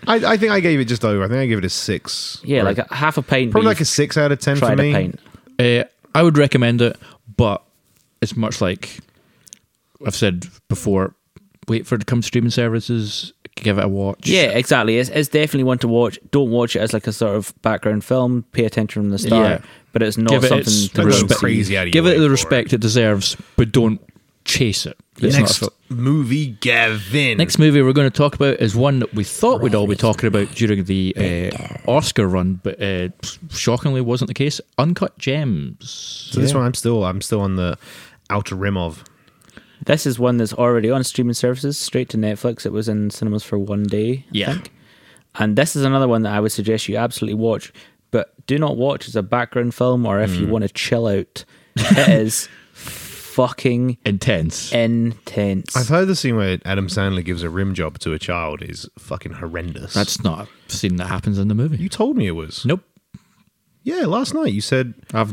I, I think I gave it just over. I think I gave it a six.
Yeah,
Or
like
a,
a, half a pint.
probably
but
like a
you've
six out of ten for
tried
me.
a pint.
Uh, I would recommend it, but it's much like I've said before. Wait for it to come to streaming services. Give it a watch.
Yeah, exactly. It's, it's definitely one to watch. Don't watch it as like a sort of background film. Pay attention from the start,
Yeah.
but it's not
give it
something
its
to
Don't go
really
respe-
crazy out of your
Give it
way
the
for
respect it. deserves, but don't chase it. It's not
Next
a fil-
movie, Gavin.
Next movie we're going to talk about is one that we thought we'd all be talking about during the uh, Oscar run, but uh, shockingly wasn't the case. Uncut Gems.
So this one, I'm still, I'm still on the outer rim of.
This is one that's already on streaming services, straight to Netflix. It was in cinemas for one day, I
Yeah.
think. And this is another one that I would suggest you absolutely watch, but do not watch as a background film or if you want to chill out. it is fucking
intense.
Eh. intense.
I've heard the scene where Adam Sandler gives a rim job to a child is fucking horrendous.
That's not a scene that happens in the movie.
you told me it was.
nope.
Yeah, last night you said
I've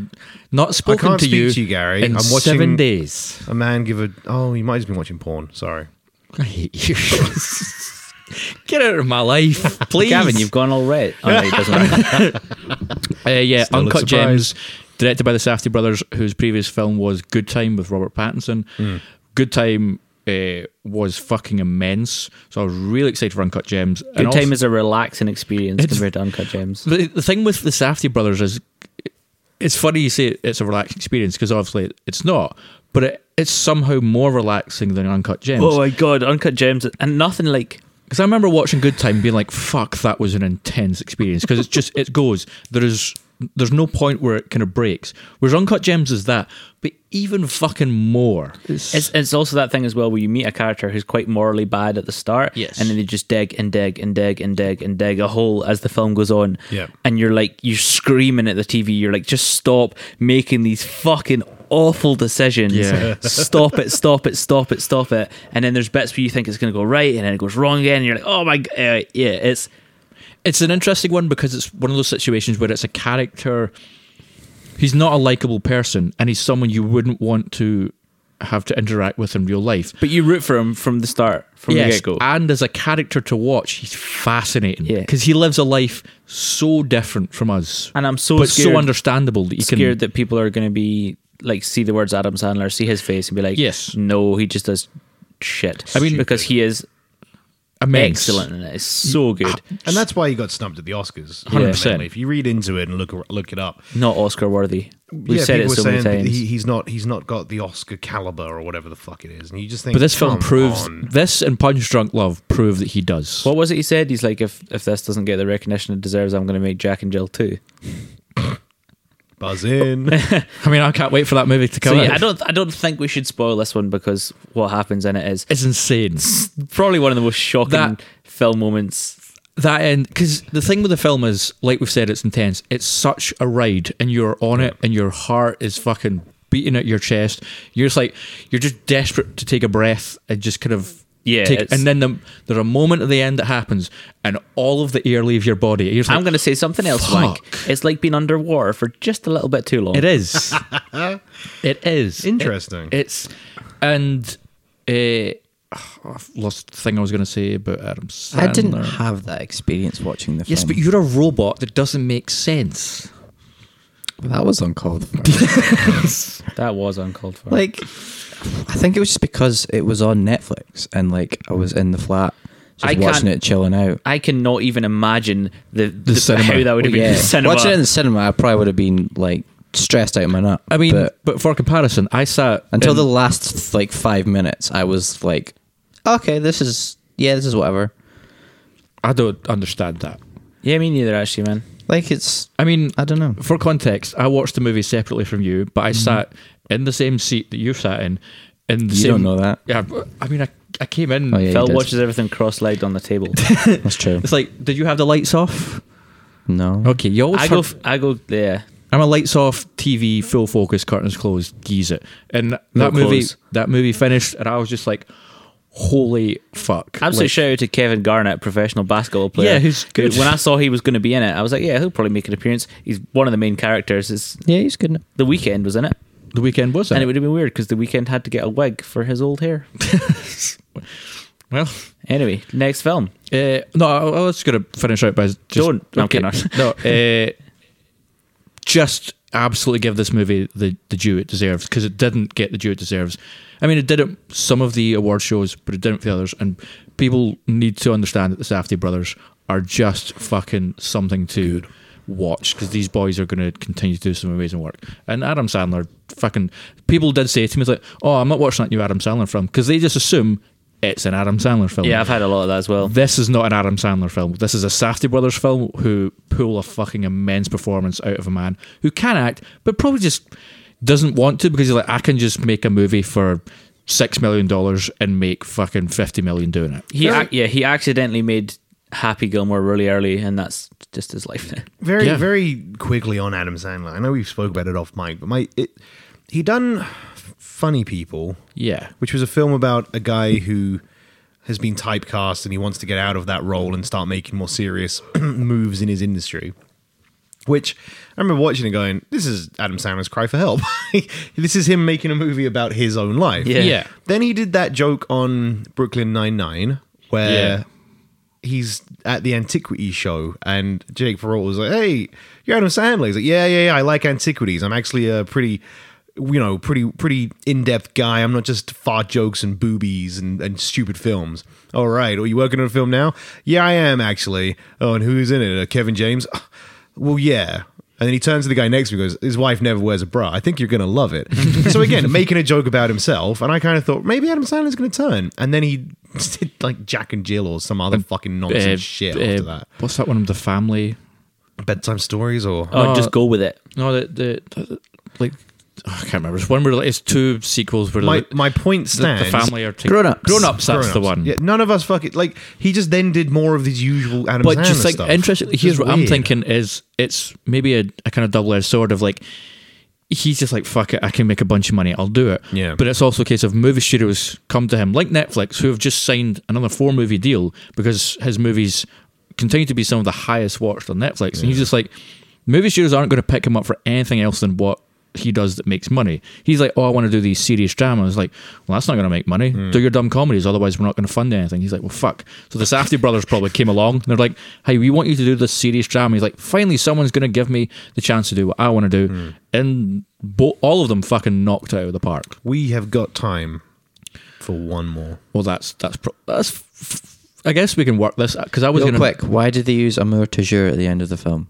not spoken
can't
to,
speak
you
to you, Gary.
in
I'm watching-
seven days. *laughs*
a man give a. Oh, you might have been watching porn. Sorry.
I hate you. *laughs* Get out of
*laughs*
my life, please.
Gavin, you've gone all red. Oh, no, it doesn't matter.
Uh, yeah,
Still a
Uncut
surprise.
Gems, directed by the Safety brothers, whose previous film was Good Time with Robert Pattinson.
Hmm.
Good Time uh, was fucking immense, so I was really excited for Uncut Gems.
Good time is a relaxing experience compared to Uncut Gems.
the, the thing with the Safety brothers is it's funny you say it's a relaxed experience because obviously it's not, but it, it's somehow more relaxing than Uncut Gems.
*laughs* Oh my god, Uncut Gems and nothing like
Because I remember watching Good Time being like, "Fuck, that was an intense experience." Because it's just it goes. There is there's no point where it kind of breaks. Whereas Uncut Gems is that, but even fucking more. It's,
It's, it's also that thing as well where you meet a character who's quite morally bad at the start,
Yes.
and then they just dig and dig and dig and dig and dig a hole as the film goes on.
Yeah.
and you're like you're screaming at the TV. You're like, just stop making these fucking awful decisions.
Yeah.
*laughs* stop it, stop it, stop it, stop it. And then there's bits where you think it's going to go right, and then it goes wrong again. And you're like, oh my god, uh, yeah, it's
it's an interesting one because it's one of those situations where it's a character. He's not a likable person, and he's someone you wouldn't want to have to interact with in real life.
but you root for him from the start, from the
yes,
get go.
and as a character to watch, he's fascinating
Yeah.
because he lives a life so different from us.
And I'm so
but
scared-
so understandable that you can
scared that people are going to be like see the words Adam Sandler, see his face, and be like,
Yes.
no, he just does shit."
I mean-
because he is
immense.
excellent in it. It's so good,
ah.
And that's why he got snubbed at the Oscars.
100%.
If you read into it and look look it up,
not Oscar worthy. We've said it
people
so
were
many
saying
times.
that he, he's not he's not got the Oscar caliber or whatever the fuck it is, and you just think.
But this film
"Come
proves
on."
this and Punch Drunk Love prove that he does.
what was it he said? He's like, if if this doesn't get the recognition it deserves, I'm going to make Jack and Jill too.
buzz in.
I mean, I can't wait for that movie to come
So
out.
yeah, I don't I don't think we should spoil this one because what happens in it is
it's insane.
probably one of the most shocking
That-
film moments.
that end because the thing with the film is like we've said it's intense it's such a ride and you're on it and your heart is fucking beating at your chest you're just like you're just desperate to take a breath and just kind of
Yeah,
take,
it's-
and then the, there's a moment at the end that happens and all of the air leaves your body you're just
I'm
like,
going to say something else, Wank.
Fuck.
It's like being underwater for just a little bit too long.
It is. *laughs* it is
Interesting.
It- it's and uh, I've lost the thing I was going to say about Adam Sandler. Um,
I didn't have that experience watching the film.
uh, Yes, but you're a robot that doesn't make sense.
that was *laughs* uncalled for.
That was uncalled for.
like, I think it was just because it was on Netflix and like I was in the flat just
I
watching
can't-
it, chilling out.
I cannot even imagine the, the,
cinema.
how that would have been
Well,
in
Oh, yeah.
the cinema.
Watching it in the cinema, I probably would have been like stressed out of my nut.
I mean,
But
but, for comparison, I sat
until
in-
the last like five minutes, I was like, okay, this is yeah, this is whatever.
I don't understand that.
yeah, me neither, actually, man.
Like it's,
I mean,
I
*laughs*
don't know.
for context, I watched the movie separately from you, but I sat in the same seat that you sat in. In the
You
same,
don't know that.
Yeah, I mean, I, I came in.
Oh, yeah, you
Phil
did.
watches everything cross-legged on the table.
That's true.
It's like, did you have the lights off?
No.
Okay, you always
I
for-
go, I go, yeah.
I'm a lights off TV, full focus, curtains closed, geez it. And that
No
movie,
clothes.
that movie finished, and I was just like, "Holy fuck!"
Absolute
Like,
shout out to Kevin Garnett, professional basketball player.
Yeah, who's
who-
good.
When I saw he was going to be in it, I was like, yeah, he'll probably make an appearance. He's one of the main characters. It's,
Yeah, he's good.
the weekend was in it,
The weekend was it?
and it would have been weird because the weekend had to get a wig for his old hair.
well,
Anyway, next film.
uh, no, I, I was going to finish out by just,
Don't. No, I'm kidding.
no, uh, just absolutely give this movie the, the due it deserves because it didn't get the due it deserves. I mean, it did at some of the award shows, but it didn't for the others. And people need to understand that the Safety brothers are just fucking something to watch because these boys are going to continue to do some amazing work. And Adam Sandler, fucking people did say to me it's like, "Oh, I'm not watching that new Adam Sandler film" because they just assume it's an Adam Sandler film.
Yeah, I've had a lot of that as well.
This is not an Adam Sandler film. This is a Safety Brothers film who pull a fucking immense performance out of a man who can act, but probably just doesn't want to because he's like, I can just make a movie for six million dollars and make fucking fifty million doing it.
He, ac- yeah, he accidentally made Happy Gilmore really early, and that's just his life *laughs* now.
very
Yeah.
very quickly on Adam Sandler. I know we've spoke about it off mic, but my it he done f- Funny People,
Yeah.
which was a film about a guy who has been typecast and he wants to get out of that role and start making more serious *clears throat* moves in his industry. Which I remember watching and going, "This is Adam Sandler's cry for help. *laughs* this is him making a movie about his own life."
Yeah.
Yeah.
Then he did that joke on Brooklyn Nine Nine where
Yeah.
he's at the antiquities show and Jake Peralta was like, "Hey, you're Adam Sandler." He's like, "Yeah, yeah, yeah. I like antiquities. I'm actually a pretty." You know, pretty pretty in depth guy. I'm not just fart jokes and boobies and, and stupid films. All right, are you working on a film now? Yeah, I am actually. Oh, and who's in it? Uh, Kevin James. Well, yeah. And then he turns to the guy next to me and goes, His wife never wears a bra. I think you're going to love it. so,
*laughs*
again, making a joke about himself. And I kind of thought, maybe Adam Sandler's going to turn. And then he *laughs* did like Jack and Jill or some other fucking nonsense
Uh,
shit
uh,
after that.
What's that one of the family?
Bedtime stories or.
Oh,
Uh,
just go with it.
No, the, the, the- like oh, I can't remember. It's one where like, it's two sequels where
my,
the,
my point
the, the
stands.
family are t-
Grown-ups.
Grown ups. That's the
Grown-ups.
one.
Yeah, none of us fucking. Like, he just then did more of his usual Adam
But
Sandler
just like
stuff.
interestingly,
It's
here's
just
what I'm
weird.
thinking is it's maybe a, a kind of double edged sword of like he's just like fuck it, I can make a bunch of money, I'll do it.
Yeah.
But it's also a case of movie studios come to him like Netflix, who have just signed another four movie deal because his movies continue to be some of the highest watched on Netflix, and he's just like movie studios aren't going to pick him up for anything else than what. He does that makes money. He's like, oh, I want to do these serious dramas. Like, well, that's not going to make money. Do your dumb comedies, otherwise we're not going to fund anything. He's like, well, fuck. So the Safety brothers probably came along. And they're like, hey, we want you to do this serious drama. He's like, finally, someone's going to give me the chance to do what I want to do. And bo- all of them fucking knocked it out of the park.
We have got time for one more.
Well, that's that's pro- that's. F- f- I guess we can work this because I was
Real
going
quick, why did they use Amour Toujours at the end of the
Oh.
film?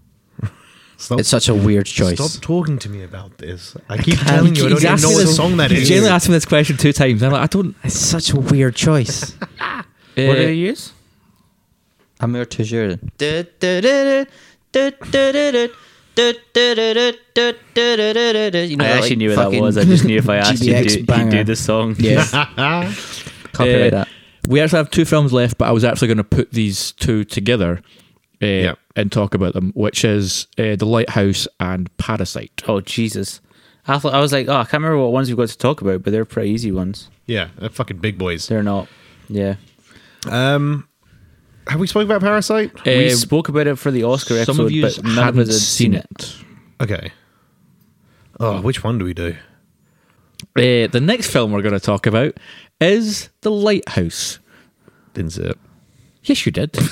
Stop,
It's such a weird choice.
Stop talking to me about this. I keep telling you, I don't even know
exactly
what
this-
song that is.
Jalen asked me this question two times. I'm like, I don't.
It's such a weird *laughs* choice.
What do
uh,
they use?
Amour Toujours.
I actually
like,
knew what that
fucking *laughs*
was. I just knew if I asked you,
GBX
do, you
banger.
do the song.
Yeah,
Uh,
*laughs* copyright that.
We actually have two films left, but I was actually going to put these two together uh,
Yeah.
and talk about them, which is uh, The Lighthouse and Parasite.
*laughs* Oh Jesus! I thought I was like, oh, I can't remember what ones we've got to talk about, but they're pretty easy ones.
yeah, they're fucking big boys.
They're not. Yeah,
Um, have we spoken about Parasite?
we
Uh,
spoke about it for the Oscar
some
episode,
of you
but none of
haven't
us had seen it.
Okay. Oh, which one do we do?
Uh, the next film we're going to talk about is The Lighthouse.
Didn't see it.
Yes, you did. *laughs*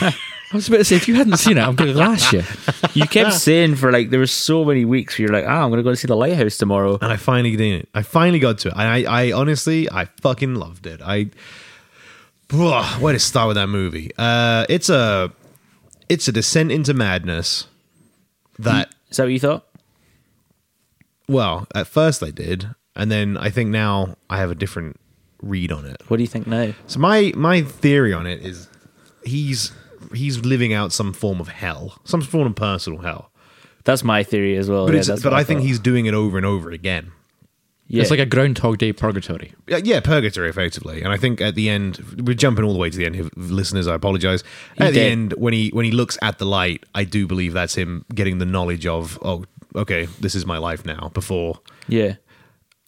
I was about to say, if you hadn't seen it, I'm going to glass you.
You kept saying for like there were so many weeks where you're like, ah, I'm gonna go and see the Lighthouse tomorrow.
And I finally did it. I finally got to it. And I, I honestly, I fucking loved it. I. Ugh, where to start with that movie? Uh, it's a, it's a descent into madness. That
Is that what you thought?
well, at first I did, and then I think now I have a different read on it.
What do you think now?
So my my theory on it is he's he's living out some form of hell, some form of personal hell.
That's my theory as well.
But
yeah,
it's,
that's
but
what
I, think
thought.
he's doing it over and over again.
Yeah.
It's like a Groundhog Day purgatory.
Yeah, yeah, purgatory effectively. And I think at the end, we're jumping all the way to the end, here, listeners. I apologize. At the
did.
end, when he when he looks at the light, I do believe that's him getting the knowledge of oh, okay, this is my life now. Before
yeah.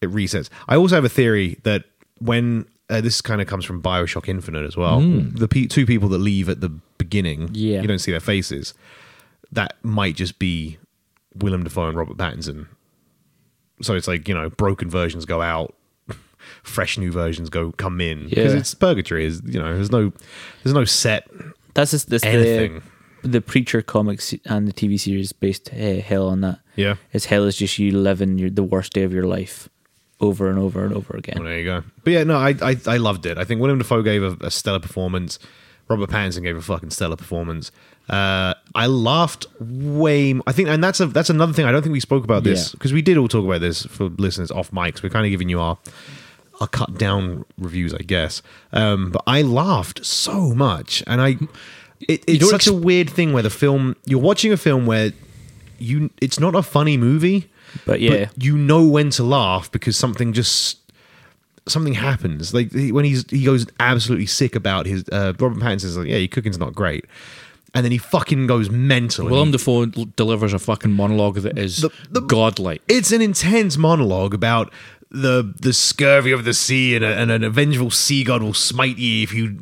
it resets. I also have a theory that when uh, this kind of comes from Bioshock Infinite as well, the pe- two people that leave at the beginning,
Yeah.
you don't see their faces. That might just be Willem Dafoe and Robert Pattinson. So it's like you know, broken versions go out, *laughs* fresh new versions go come in because
Yeah.
it's purgatory. Is you know, there's no there's no set
That's just this the,
Anything.
the preacher comics and the TV series based uh, hell on that.
Yeah.
it's hell is just you living your, the worst day of your life over and over and over again.
Well, there you go. But yeah, no, I I, I loved it. I think William Defoe gave a, a stellar performance. Robert Pattinson gave a fucking stellar performance. Uh, I laughed way. m- I think, and that's a that's another thing. I don't think we spoke about this
Yeah.
because we did all talk about this for listeners off mics. We're kind of giving you our our cut down reviews, I guess. Um, but I laughed so much, and I it, it's
don't
such a weird thing where the film you're watching a film where you it's not a funny movie,
But yeah.
you know when to laugh because something just something happens. Like he- when he's he goes absolutely sick about his uh, Robert Pattinson's like, yeah, your cooking's not great, and then he fucking goes mental. and
Willem
he-
Dafoe delivers a fucking monologue that is
The- the-
godlike.
it's an intense monologue about the the scurvy of the sea, and a, and a vengeful sea god will smite ye if you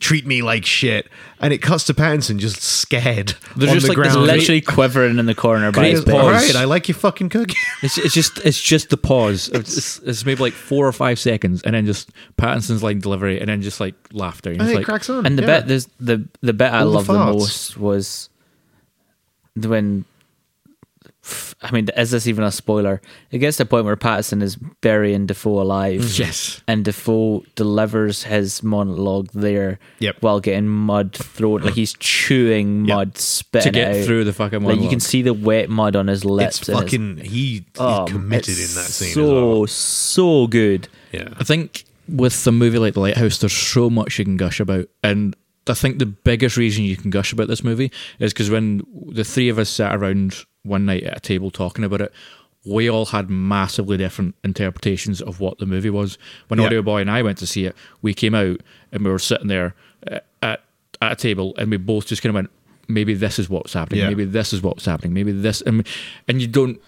treat me like shit. And it cuts to Pattinson just scared
There's
on
just
the
like this
ground.
literally quivering in the corner by
Great
He
his
goes,
bed.
pause.
All right, I like your fucking *laughs* cookie.
It's, it's just it's just the pause. It's, it's, maybe like four or five seconds, and then just Pattinson's line delivery, and then just like laughter. And
and
it's
it
like,
cracks on.
And the
Hmm, yeah.
bit there's the the bit I
All the
love the,
farts.
most was the- when I mean, is this even a spoiler? It gets to a point where Patterson is burying Defoe alive.
Mm.
Yes.
And Defoe delivers his monologue there
Yep.
while getting mud thrown like he's chewing
Yep.
mud, spitting
to get
it out.
through the fucking
Like
monologue.
you can see the wet mud on his lips.
it's
and
fucking he, he
oh,
committed in
it's
that scene. as
So
well.
so good.
yeah,
I think with a movie like The Lighthouse, there's so much you can gush about, and I think the biggest reason you can gush about this movie is because when the three of us sat around one night at a table talking about it, we all had massively different interpretations of what the movie was. When
Yeah.
Audio Boy and I went to see it, we came out and we were sitting there uh, at at a table, and we both just kind of went, "Maybe this is what's happening.
Yeah.
Maybe this is what's happening. Maybe this." And and you don't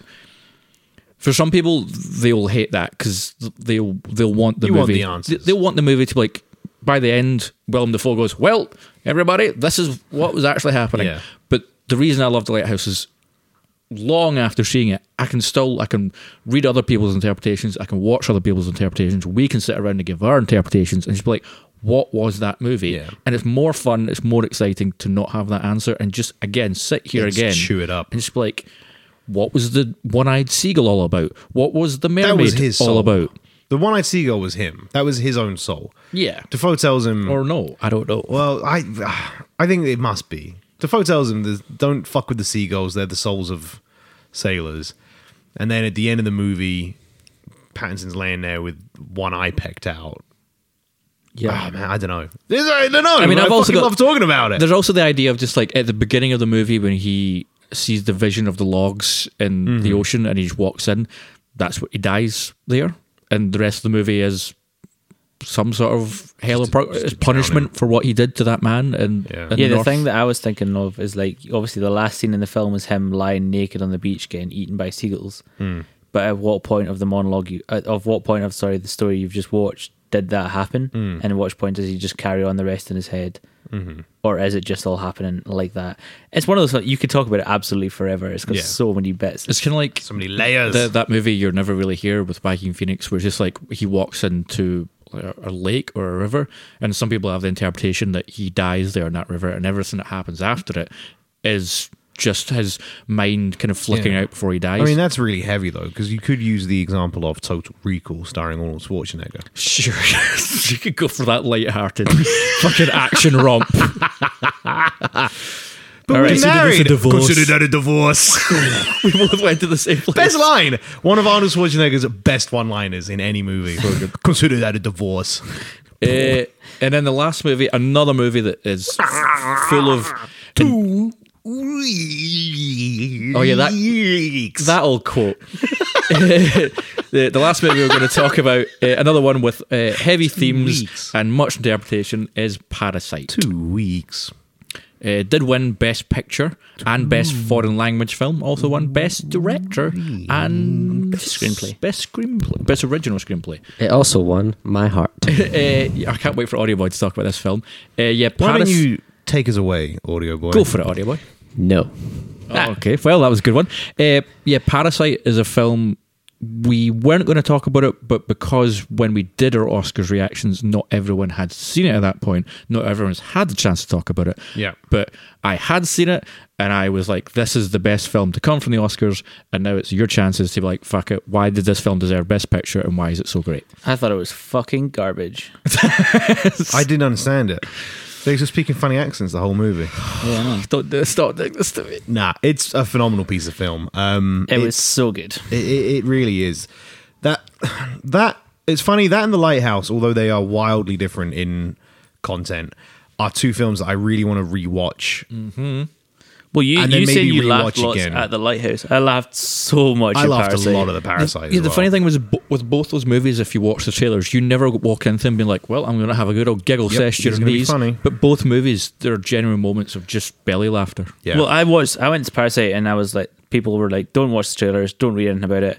for some people they'll hate that because they'll they'll want the
You want
movie
the answers.
they'll want the movie to be like by the end Willem Dafoe goes well everybody this is what was actually happening
Yeah.
but the reason I love The Lighthouse is long after seeing it I can still I can read other people's interpretations I can watch other people's interpretations we can sit around and give our interpretations and just be like what was that movie
Yeah.
and it's more fun it's more exciting to not have that answer and just again sit here
Just
again
chew it up.
and just be like what was the one-eyed seagull all about? What was the mermaid
that was his soul.
all about?
The one-eyed seagull was him. That was his own soul.
Yeah.
Defoe tells him,
Or no, I don't know.
Well, I I think it must be. Defoe tells him, there's- "Don't fuck with the seagulls. They're the souls of sailors." And then at the end of the movie, Pattinson's laying there with one eye pecked out.
yeah.
Ah, man, I don't know. This- I don't know.
I mean,
I
I've also
fucking
got-
love talking about it.
There's also the idea of just like at the beginning of the movie when he sees the vision of the logs in the
Mm-hmm.
ocean and he just walks in. That's what he dies there, and the rest of the movie is some sort of hell or pro-
just a
punishment for what he did to that man. And
Yeah.
in
yeah, the
north.
thing that I was thinking of is like obviously the last scene in the film is him lying naked on the beach getting eaten by seagulls. But at what point of the monologue, you, at- of what point of sorry the story you've just watched, did that happen? And at what point does he just carry on the rest in his head, or is it just all happening like that? It's one of those like, you could talk about it absolutely forever. It's got
Yeah.
so many bits.
it's kind of like
so many layers.
Th- that movie you're never really here with Viking Phoenix, where it's just like he walks into a a lake or a river, and some people have the interpretation that he dies there in that river, and everything that happens after it is just his mind kind of flicking
Yeah.
out before he dies.
I mean, that's really heavy though, because you could use the example of Total Recall starring Arnold Schwarzenegger.
*laughs* sure, *laughs* you could go for that light-hearted
*laughs*
fucking action romp.
But
All
we're
right. Consider this a
married.
divorce.
Consider that a divorce.
we both went to the same
*laughs*
place.
best line. One of Arnold Schwarzenegger's best one-liners in any
*laughs*
movie. Consider that a divorce.
Uh, and then the last movie, another movie that is full of.
Oh
yeah, that- That old quote. *laughs* the, the last movie we're going to talk about, uh, another one with uh, heavy themes
weeks.
and much interpretation, is Parasite.
two weeks.
Uh, did win Best Picture and Best Foreign Language Film. Also won Best Director and
Screenplay.
Best Screenplay, Best Original Screenplay. *laughs*
It also won my heart.
Uh, yeah, I can't wait for Audioboy to talk about this film. Uh, yeah,
Why
Paras-
don't you take us away, audio boy?
go for it, Audioboy?
no.
Ah, okay, well, that was a good one. Uh, yeah, Parasite is a film we weren't going to talk about it, but because when we did our Oscars reactions, not everyone had seen it at that point. Not everyone's had the chance to talk about it.
Yeah.
But I had seen it, and I was like, this is the best film to come from the Oscars, and now it's your chances to be like, fuck it, why did this film deserve Best Picture, and why is it so great?
I thought it was fucking garbage.
I didn't understand it. They were speaking funny accents the whole movie.
Don't do- stop doing this to me.
Nah, it's a phenomenal piece of film. Um,
It was
it's-
so good.
It, it, it really is. That that it's funny that and the Lighthouse, although they are wildly different in content, are two films that I really want to rewatch.
Mm.
Well, you
And then
you said
maybe
you laughed
rewatch
lots
again.
at the lighthouse. I laughed so much.
I
at
laughed
Parasite.
a lot at the Parasite.
Yeah,
as
the
well.
funny thing was bo- with both those movies, if you watch the trailers, you never walk into them being like, "Well, I'm going to have a good old giggle
Yep,
sesh
these
during
are gonna be
these."
funny.
But both movies, there are genuine moments of just belly laughter.
Yeah.
Well, I was I went to Parasite and I was like, people were like, "Don't watch the trailers, don't read anything about it."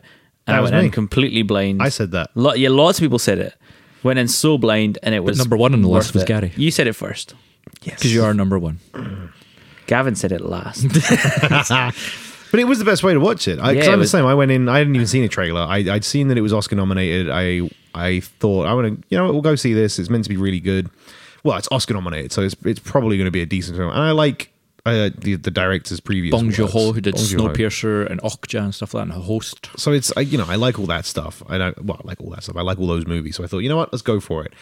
That
And I
was
went in
me.
completely blind.
I said that.
Lo- yeah, lots of people said it. Went in so blind, and it was
number one on the list
worth
was
it.
Gary.
You said it first.
because you are number one.
Gavin said it
*laughs*
last.
But it was the best way to watch it. I, 'cause
Yeah, it
I'm
was-
the same. I went in. I hadn't even seen a trailer. I, I'd seen that it was Oscar nominated. I I thought I want to. You know, what, we'll go see this. It's meant to be really good. Well, it's Oscar nominated, so it's it's probably going to be a decent film. And I like uh, the the director's previous
Bong Joon Ho,
works.
who did
Bong Joon-ho.
Snowpiercer and Okja and stuff like that, and a host.
So it's I, you know I like all that stuff. I don't well I like all that stuff. I like all those movies. So I thought you know what, let's go for it.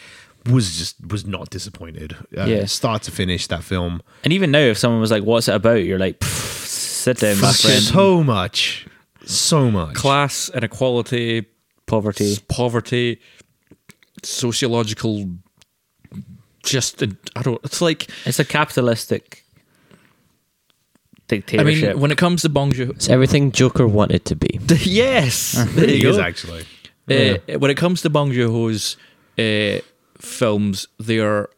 Was just was not disappointed. Uh,
Yeah.
start to finish that film.
and even now, if someone was like, "What's it about?" You're like, "Pff, "Sit down, my friend."
So much, so much.
Class, inequality,
Poverty.
s- poverty, sociological. Just I don't. It's like
It's a capitalistic
I
dictatorship.
mean, when it comes to Bong Joon.
It's everything Joker wanted to be.
*laughs* yes, there
it
you
is
go.
actually.
Uh, when it comes to Bong Joon Ho's uh, films, they are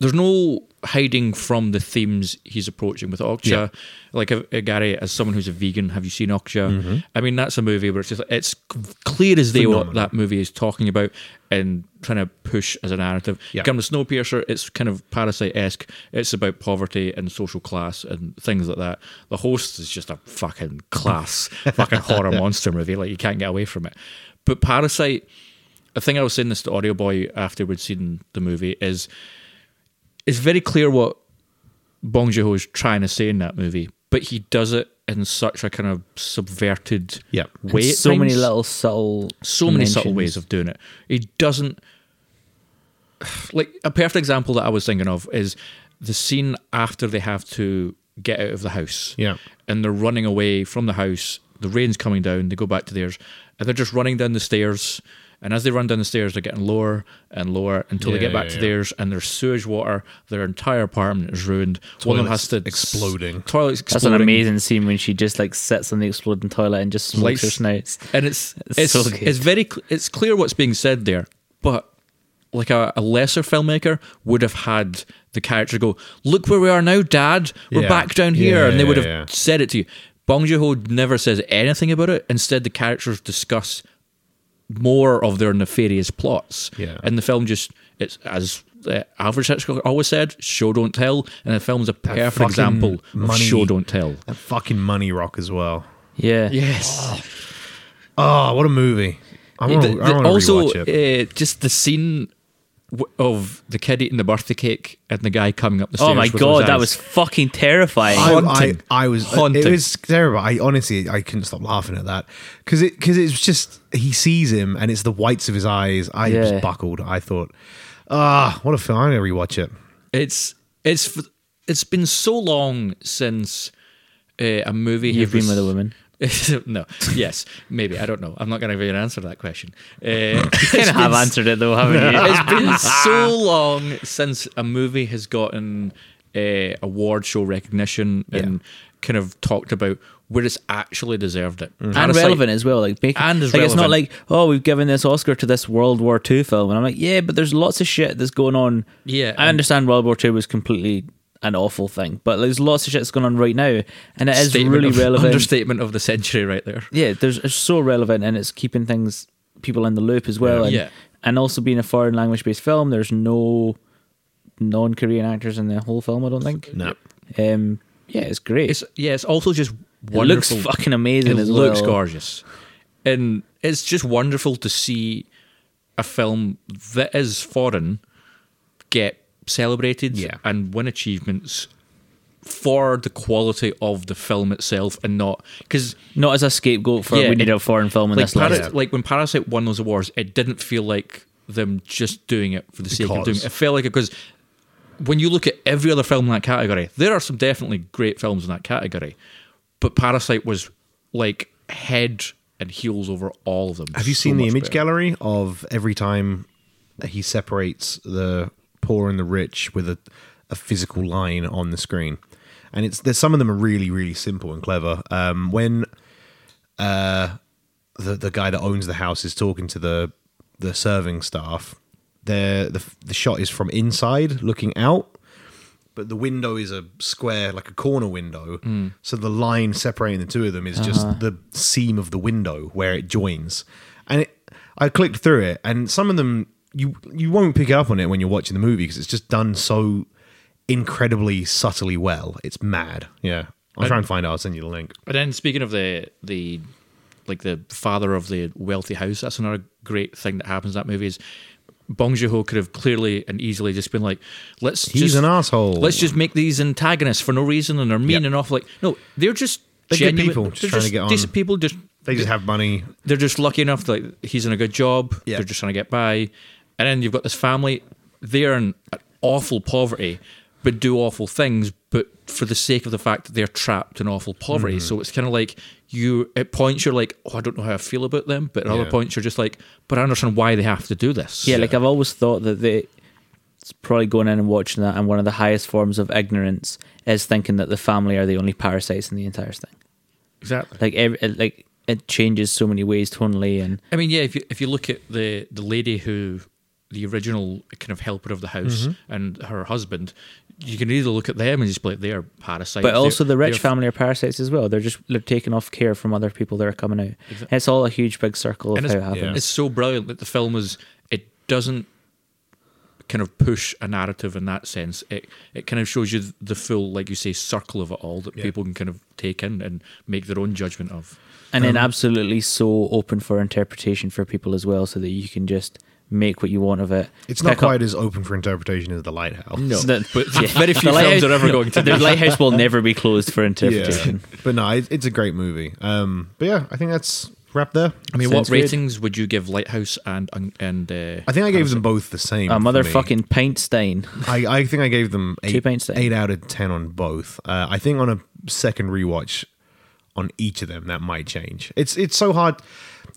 there's no hiding from the themes he's approaching with Okja.
Yeah.
Like uh, uh, Gary, as someone who's a vegan, have you seen Okja?
Mm-hmm.
I mean, that's a movie where it's just it's c- clear as day what that movie is talking about and trying to push as a narrative.
Yeah.
Come to Snowpiercer, it's kind of parasite esque. It's about poverty and social class and things like that. The host is just a fucking class,
*laughs*
fucking horror monster movie. Like you can't get away from it. But Parasite, I think I was saying this to Audio Boy after we'd seen the movie is it's very clear what Bong Joon Ho is trying to say in that movie, but he does it in such a kind of subverted
Yeah. And
way. at
so many
times
little subtle,
so many subtle
mentions.
ways of doing it. It doesn't *sighs* like a perfect example that I was thinking of is the scene after they have to get out of the house.
Yeah.
And they're running away from the house. The rain's coming down, they go back to theirs, and they're just running down the stairs. And as they run down the stairs, they're getting lower and lower until they
Yeah,
get back
yeah,
to
yeah.
theirs, and their sewage water, their entire apartment is ruined. One of them
Toilets
has to
exploding.
Toilets
That's
exploding.
an amazing scene when she just like sits on the exploding toilet and just smokes her
Lights-
snouts.
and it's
It's
it's
so good.
it's very cl- it's clear what's being said there, but like a, a lesser filmmaker would have had the character go, "Look where we are now, Dad. We're
Yeah.
back down here,"
Yeah,
and they would
yeah,
have
yeah.
said it to you. Bong Joon Ho never says anything about it. Instead, the characters discuss more of their nefarious plots,
Yeah.
and the film just it's as. Uh, Alfred Hitchcock always said, "Show don't tell," and the film's a perfect
fucking
example of
money-
show don't tell.
That fucking money rock as well.
Yeah.
Yes,
Oh, what a movie! I want
The-
to
the- also,
rewatch it.
Uh, just the scene w- of the kid eating the birthday cake and the guy coming up the stairs.
Oh my
with those
god, that
eyes.
was fucking terrifying.
I-
haunting.
I, I, was
Haunting.
It was terrible. I honestly, I couldn't stop laughing at that because it because it's just he sees him and it's the whites of his eyes. I was
Yeah.
buckled. I thought, ah, what a film! I'm gonna rewatch it.
It's it's f- it's been so long since uh, a movie.
You've
has-
been with a woman.
*laughs* no. Yes. Maybe. I don't know. I'm not going to even answer that question. Uh,
*laughs* You kind of have answered it
*laughs*
though, haven't you?
it's
*laughs*
been so long since a movie has gotten uh, award show recognition and kind of talked about where it's actually deserved it.
Mm-hmm. and
Parasite-
relevant as well. Like, make,
And is
like it's not
relevant.
like oh, we've given this Oscar to this World War II film, and I'm like, yeah, but there's lots of shit that's going on.
Yeah,
I
and-
understand World War II was completely an awful thing, but there's lots of shit that's going on right now, and it is
statement
really
of-
relevant.
Understatement of the century, right there.
yeah, there's it's so relevant, and it's keeping things people in the loop as well, and
Yeah.
and also being a foreign language based film, there's no non Korean actors in the whole film. I don't think.
No,
Um. Yeah, it's great.
It's yeah. It's also just
it looks
wonderful.
fucking amazing.
it
as
looks
well.
gorgeous, and it's just wonderful to see a film that is foreign get celebrated
Yeah.
and win achievements for the quality of the film itself, and not because
Not as a scapegoat for
Yeah,
we need
it-
a foreign film in
like
this list.
Paras- like when Parasite won those awards, it didn't feel like them just doing it for the sake of doing
Because.
it. It felt like it because when you look at every other film in that category, there are some definitely great films in that category, but Parasite was like head and heels over all of them.
have you
So
seen the
much
image
better.
gallery of every time he separates the poor and the rich with a, a physical line on the screen? And it's there's some of them are really really simple and clever. Um, when uh, the the guy that owns the house is talking to the the serving staff. The the the shot is from inside looking out, but the window is a square, like a corner window. So the line separating the two of them is just the seam of the window where it joins. And it, I clicked through it, and some of them you you won't pick up on it when you're watching the movie because it's just done so incredibly subtly well. It's mad. Yeah, I'll try and find out. I'll send you the link.
And then speaking of the the like the father of the wealthy house, that's another great thing that happens in that movie is Bong Joon-ho could have clearly and easily just been like, let's
He's
just,
an asshole.
Let's just make these antagonists for no reason and they're mean
Yeah.
and awful. Like, no, they're just
They're good
genuine-
people, just
they're
trying to get on.
Decent people just
They just have money.
they're just lucky enough that like, he's in a good job.
Yeah.
They're just trying to get by. And then you've got this family. They're in awful poverty, but do awful things, but for the sake of the fact that they're trapped in awful poverty.
Mm-hmm.
So it's kind of like you, at points, you're like, oh, I don't know how I feel about them. But at
Yeah.
other points, you're just like, but I understand why they have to do this.
Yeah, like um, I've always thought that they it's probably going in and watching that and one of the highest forms of ignorance is thinking that the family are the only parasites in the entire thing.
exactly.
Like every, it, like it changes so many ways tonally and
I mean, yeah, if you, if you look at the, the lady who, the original kind of helper of the house
Mm-hmm.
and her husband, you can either look at them and just be like, they're parasites.
but also
they're-
the rich
they're-
family are parasites as well. They're just they're taking off care from other people that are coming out. It's all a huge big circle of
and
how it
it's,
yeah.
happens.
it's so brilliant that the film is it doesn't kind of push a narrative in that sense it it kind of shows you the full like you say circle of it all that people can kind of take in and make their own judgment of
And then absolutely so open for interpretation for people as well so that you can just make what you want of it.
It's not
Pick up-
quite as open for interpretation as the lighthouse.
no
that-
but
*laughs* yeah.
very few
The
films
lighthouse-
are ever going to
The lighthouse will never be
*laughs*
closed for interpretation.
but no, it, it's a great movie. Um, but yeah, I think that's wrap there.
i mean
Sounds
what
good.
ratings would you give lighthouse and and uh,
I think I gave them both the same.
A
for me.
motherfucking pint stain.
I, I think I gave them eight,
pints then.
eight out of ten on both. Uh, I think on a second rewatch on each of them that might change. It's it's so hard,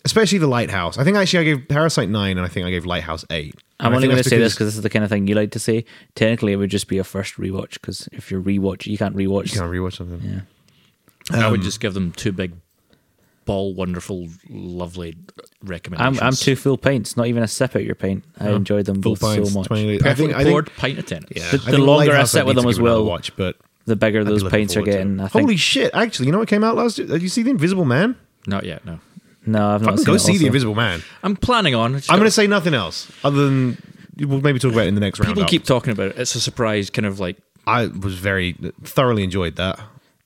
especially the Lighthouse. I think actually I gave Parasite nine, and I think I gave Lighthouse eight.
I'm
And I
only
think
going to
that's
say this because
because
this is the kind of thing you like to say. Technically, it would just be a first rewatch because if you're rewatch, you can't rewatch.
you can't rewatch something.
Yeah.
i um, would just give them two big ball wonderful lovely
I'm
recommendations
I'm two full pints, not even a sip at your pint. I enjoyed them
Full
both
pints,
so much.
20 I
perfectly
think, I think
poured pint of tennis
yeah,
The-
I
the
think
longer I
Lighthouse
sit with
need to
them as
give another
well,
watch, but
The bigger
I'd be
those
looking
pints are
forward to it.
getting, I think.
Holy shit! Actually, you know what came out last? year? Did you see the Invisible Man?
not yet no
no, I've not.
Fucking
Seen
go
it
see
also.
the Invisible Man.
i'm planning on
I'm going to say nothing else other than we'll maybe talk about it in the next round.
people keep talking about it it's a surprise kind of like
I was very thoroughly enjoyed that.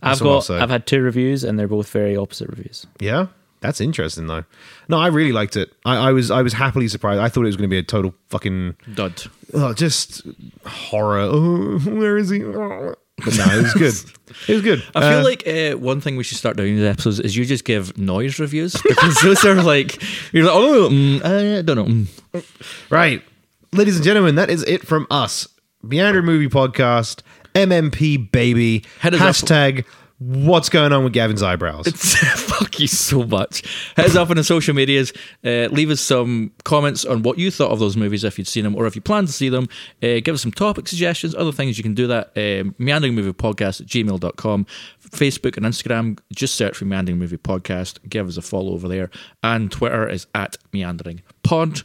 I've
That's all I'll
got.
say.
I've had two reviews, and they're both very opposite reviews.
yeah. That's interesting though. No, I really liked it. I, I was I was happily surprised. I thought it was going to be a total fucking
dud
oh, just horror. *laughs* Oh, where is he? *laughs* Oh. But no, it was good.
*laughs*
it was good.
I feel
Uh,
like uh, one thing we should start doing in these episodes is you just give noise reviews because those are like you're like oh mm, I don't know mm. *laughs*
Right. Ladies and gentlemen, that is it from us. Beyond Your Movie Podcast, MMP Baby,
Hit us up.
hashtag what's going on with Gavin's eyebrows.
fuck you so much hit us up on the social medias uh, leave us some comments on what you thought of those movies if you'd seen them or if you plan to see them uh, give us some topic suggestions other things you can do that um, meandering movie podcast at gmail.com Facebook and Instagram just search for meandering movie podcast give us a follow over there and Twitter is at meandering pod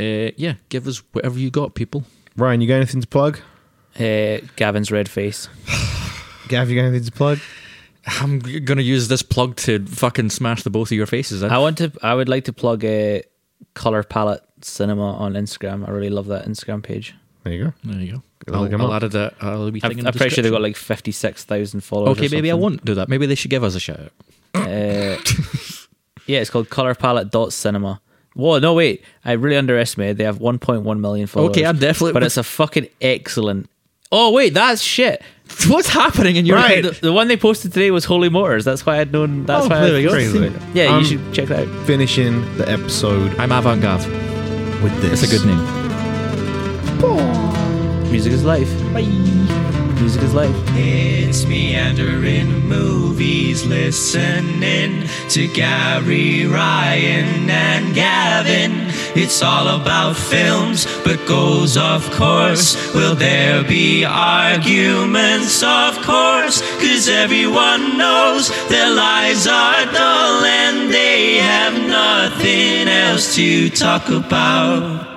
uh, yeah give us whatever you got people
Ryan, you got anything to plug?
Uh, Gavin's red face.
Gav, you got anything to plug?
I'm g- gonna use this plug to fucking smash the both of your faces. in.
I want to. I would like to plug a color palette cinema on Instagram. I really love that Instagram page.
There you go.
there you go.
Look
I'll,
'em
I'll
up.
add uh, that. I'll be
I'm,
thinking.
I'm pretty sure they've got like 56,000 followers.
Okay,
or
maybe I
something.
won't do that. Maybe they should give us a shout *laughs* out.
Uh, yeah, it's called Color Palette dot Cinema. Whoa, no wait, I really underestimated. They have 1.1 million followers.
Okay, I'm definitely-
But it's a fucking excellent. Oh wait, that's shit.
What's happening in your
Right.
The, the one they posted today was Holy Motors. That's why I'd known. That's
Oh,
why.
there
I'd
we go.
Crazy.
Yeah,
Um,
you should check that out.
Finishing the episode
I'm Avant Gav.
with this.
It's a good name.
Music is life. Bye. Music is life.
It's meandering movies, listening to Gary Ryan and Gavin. It's all about films, but goes off course. Will there be arguments? Of course, cause everyone knows their lives are dull and they have nothing else to talk about.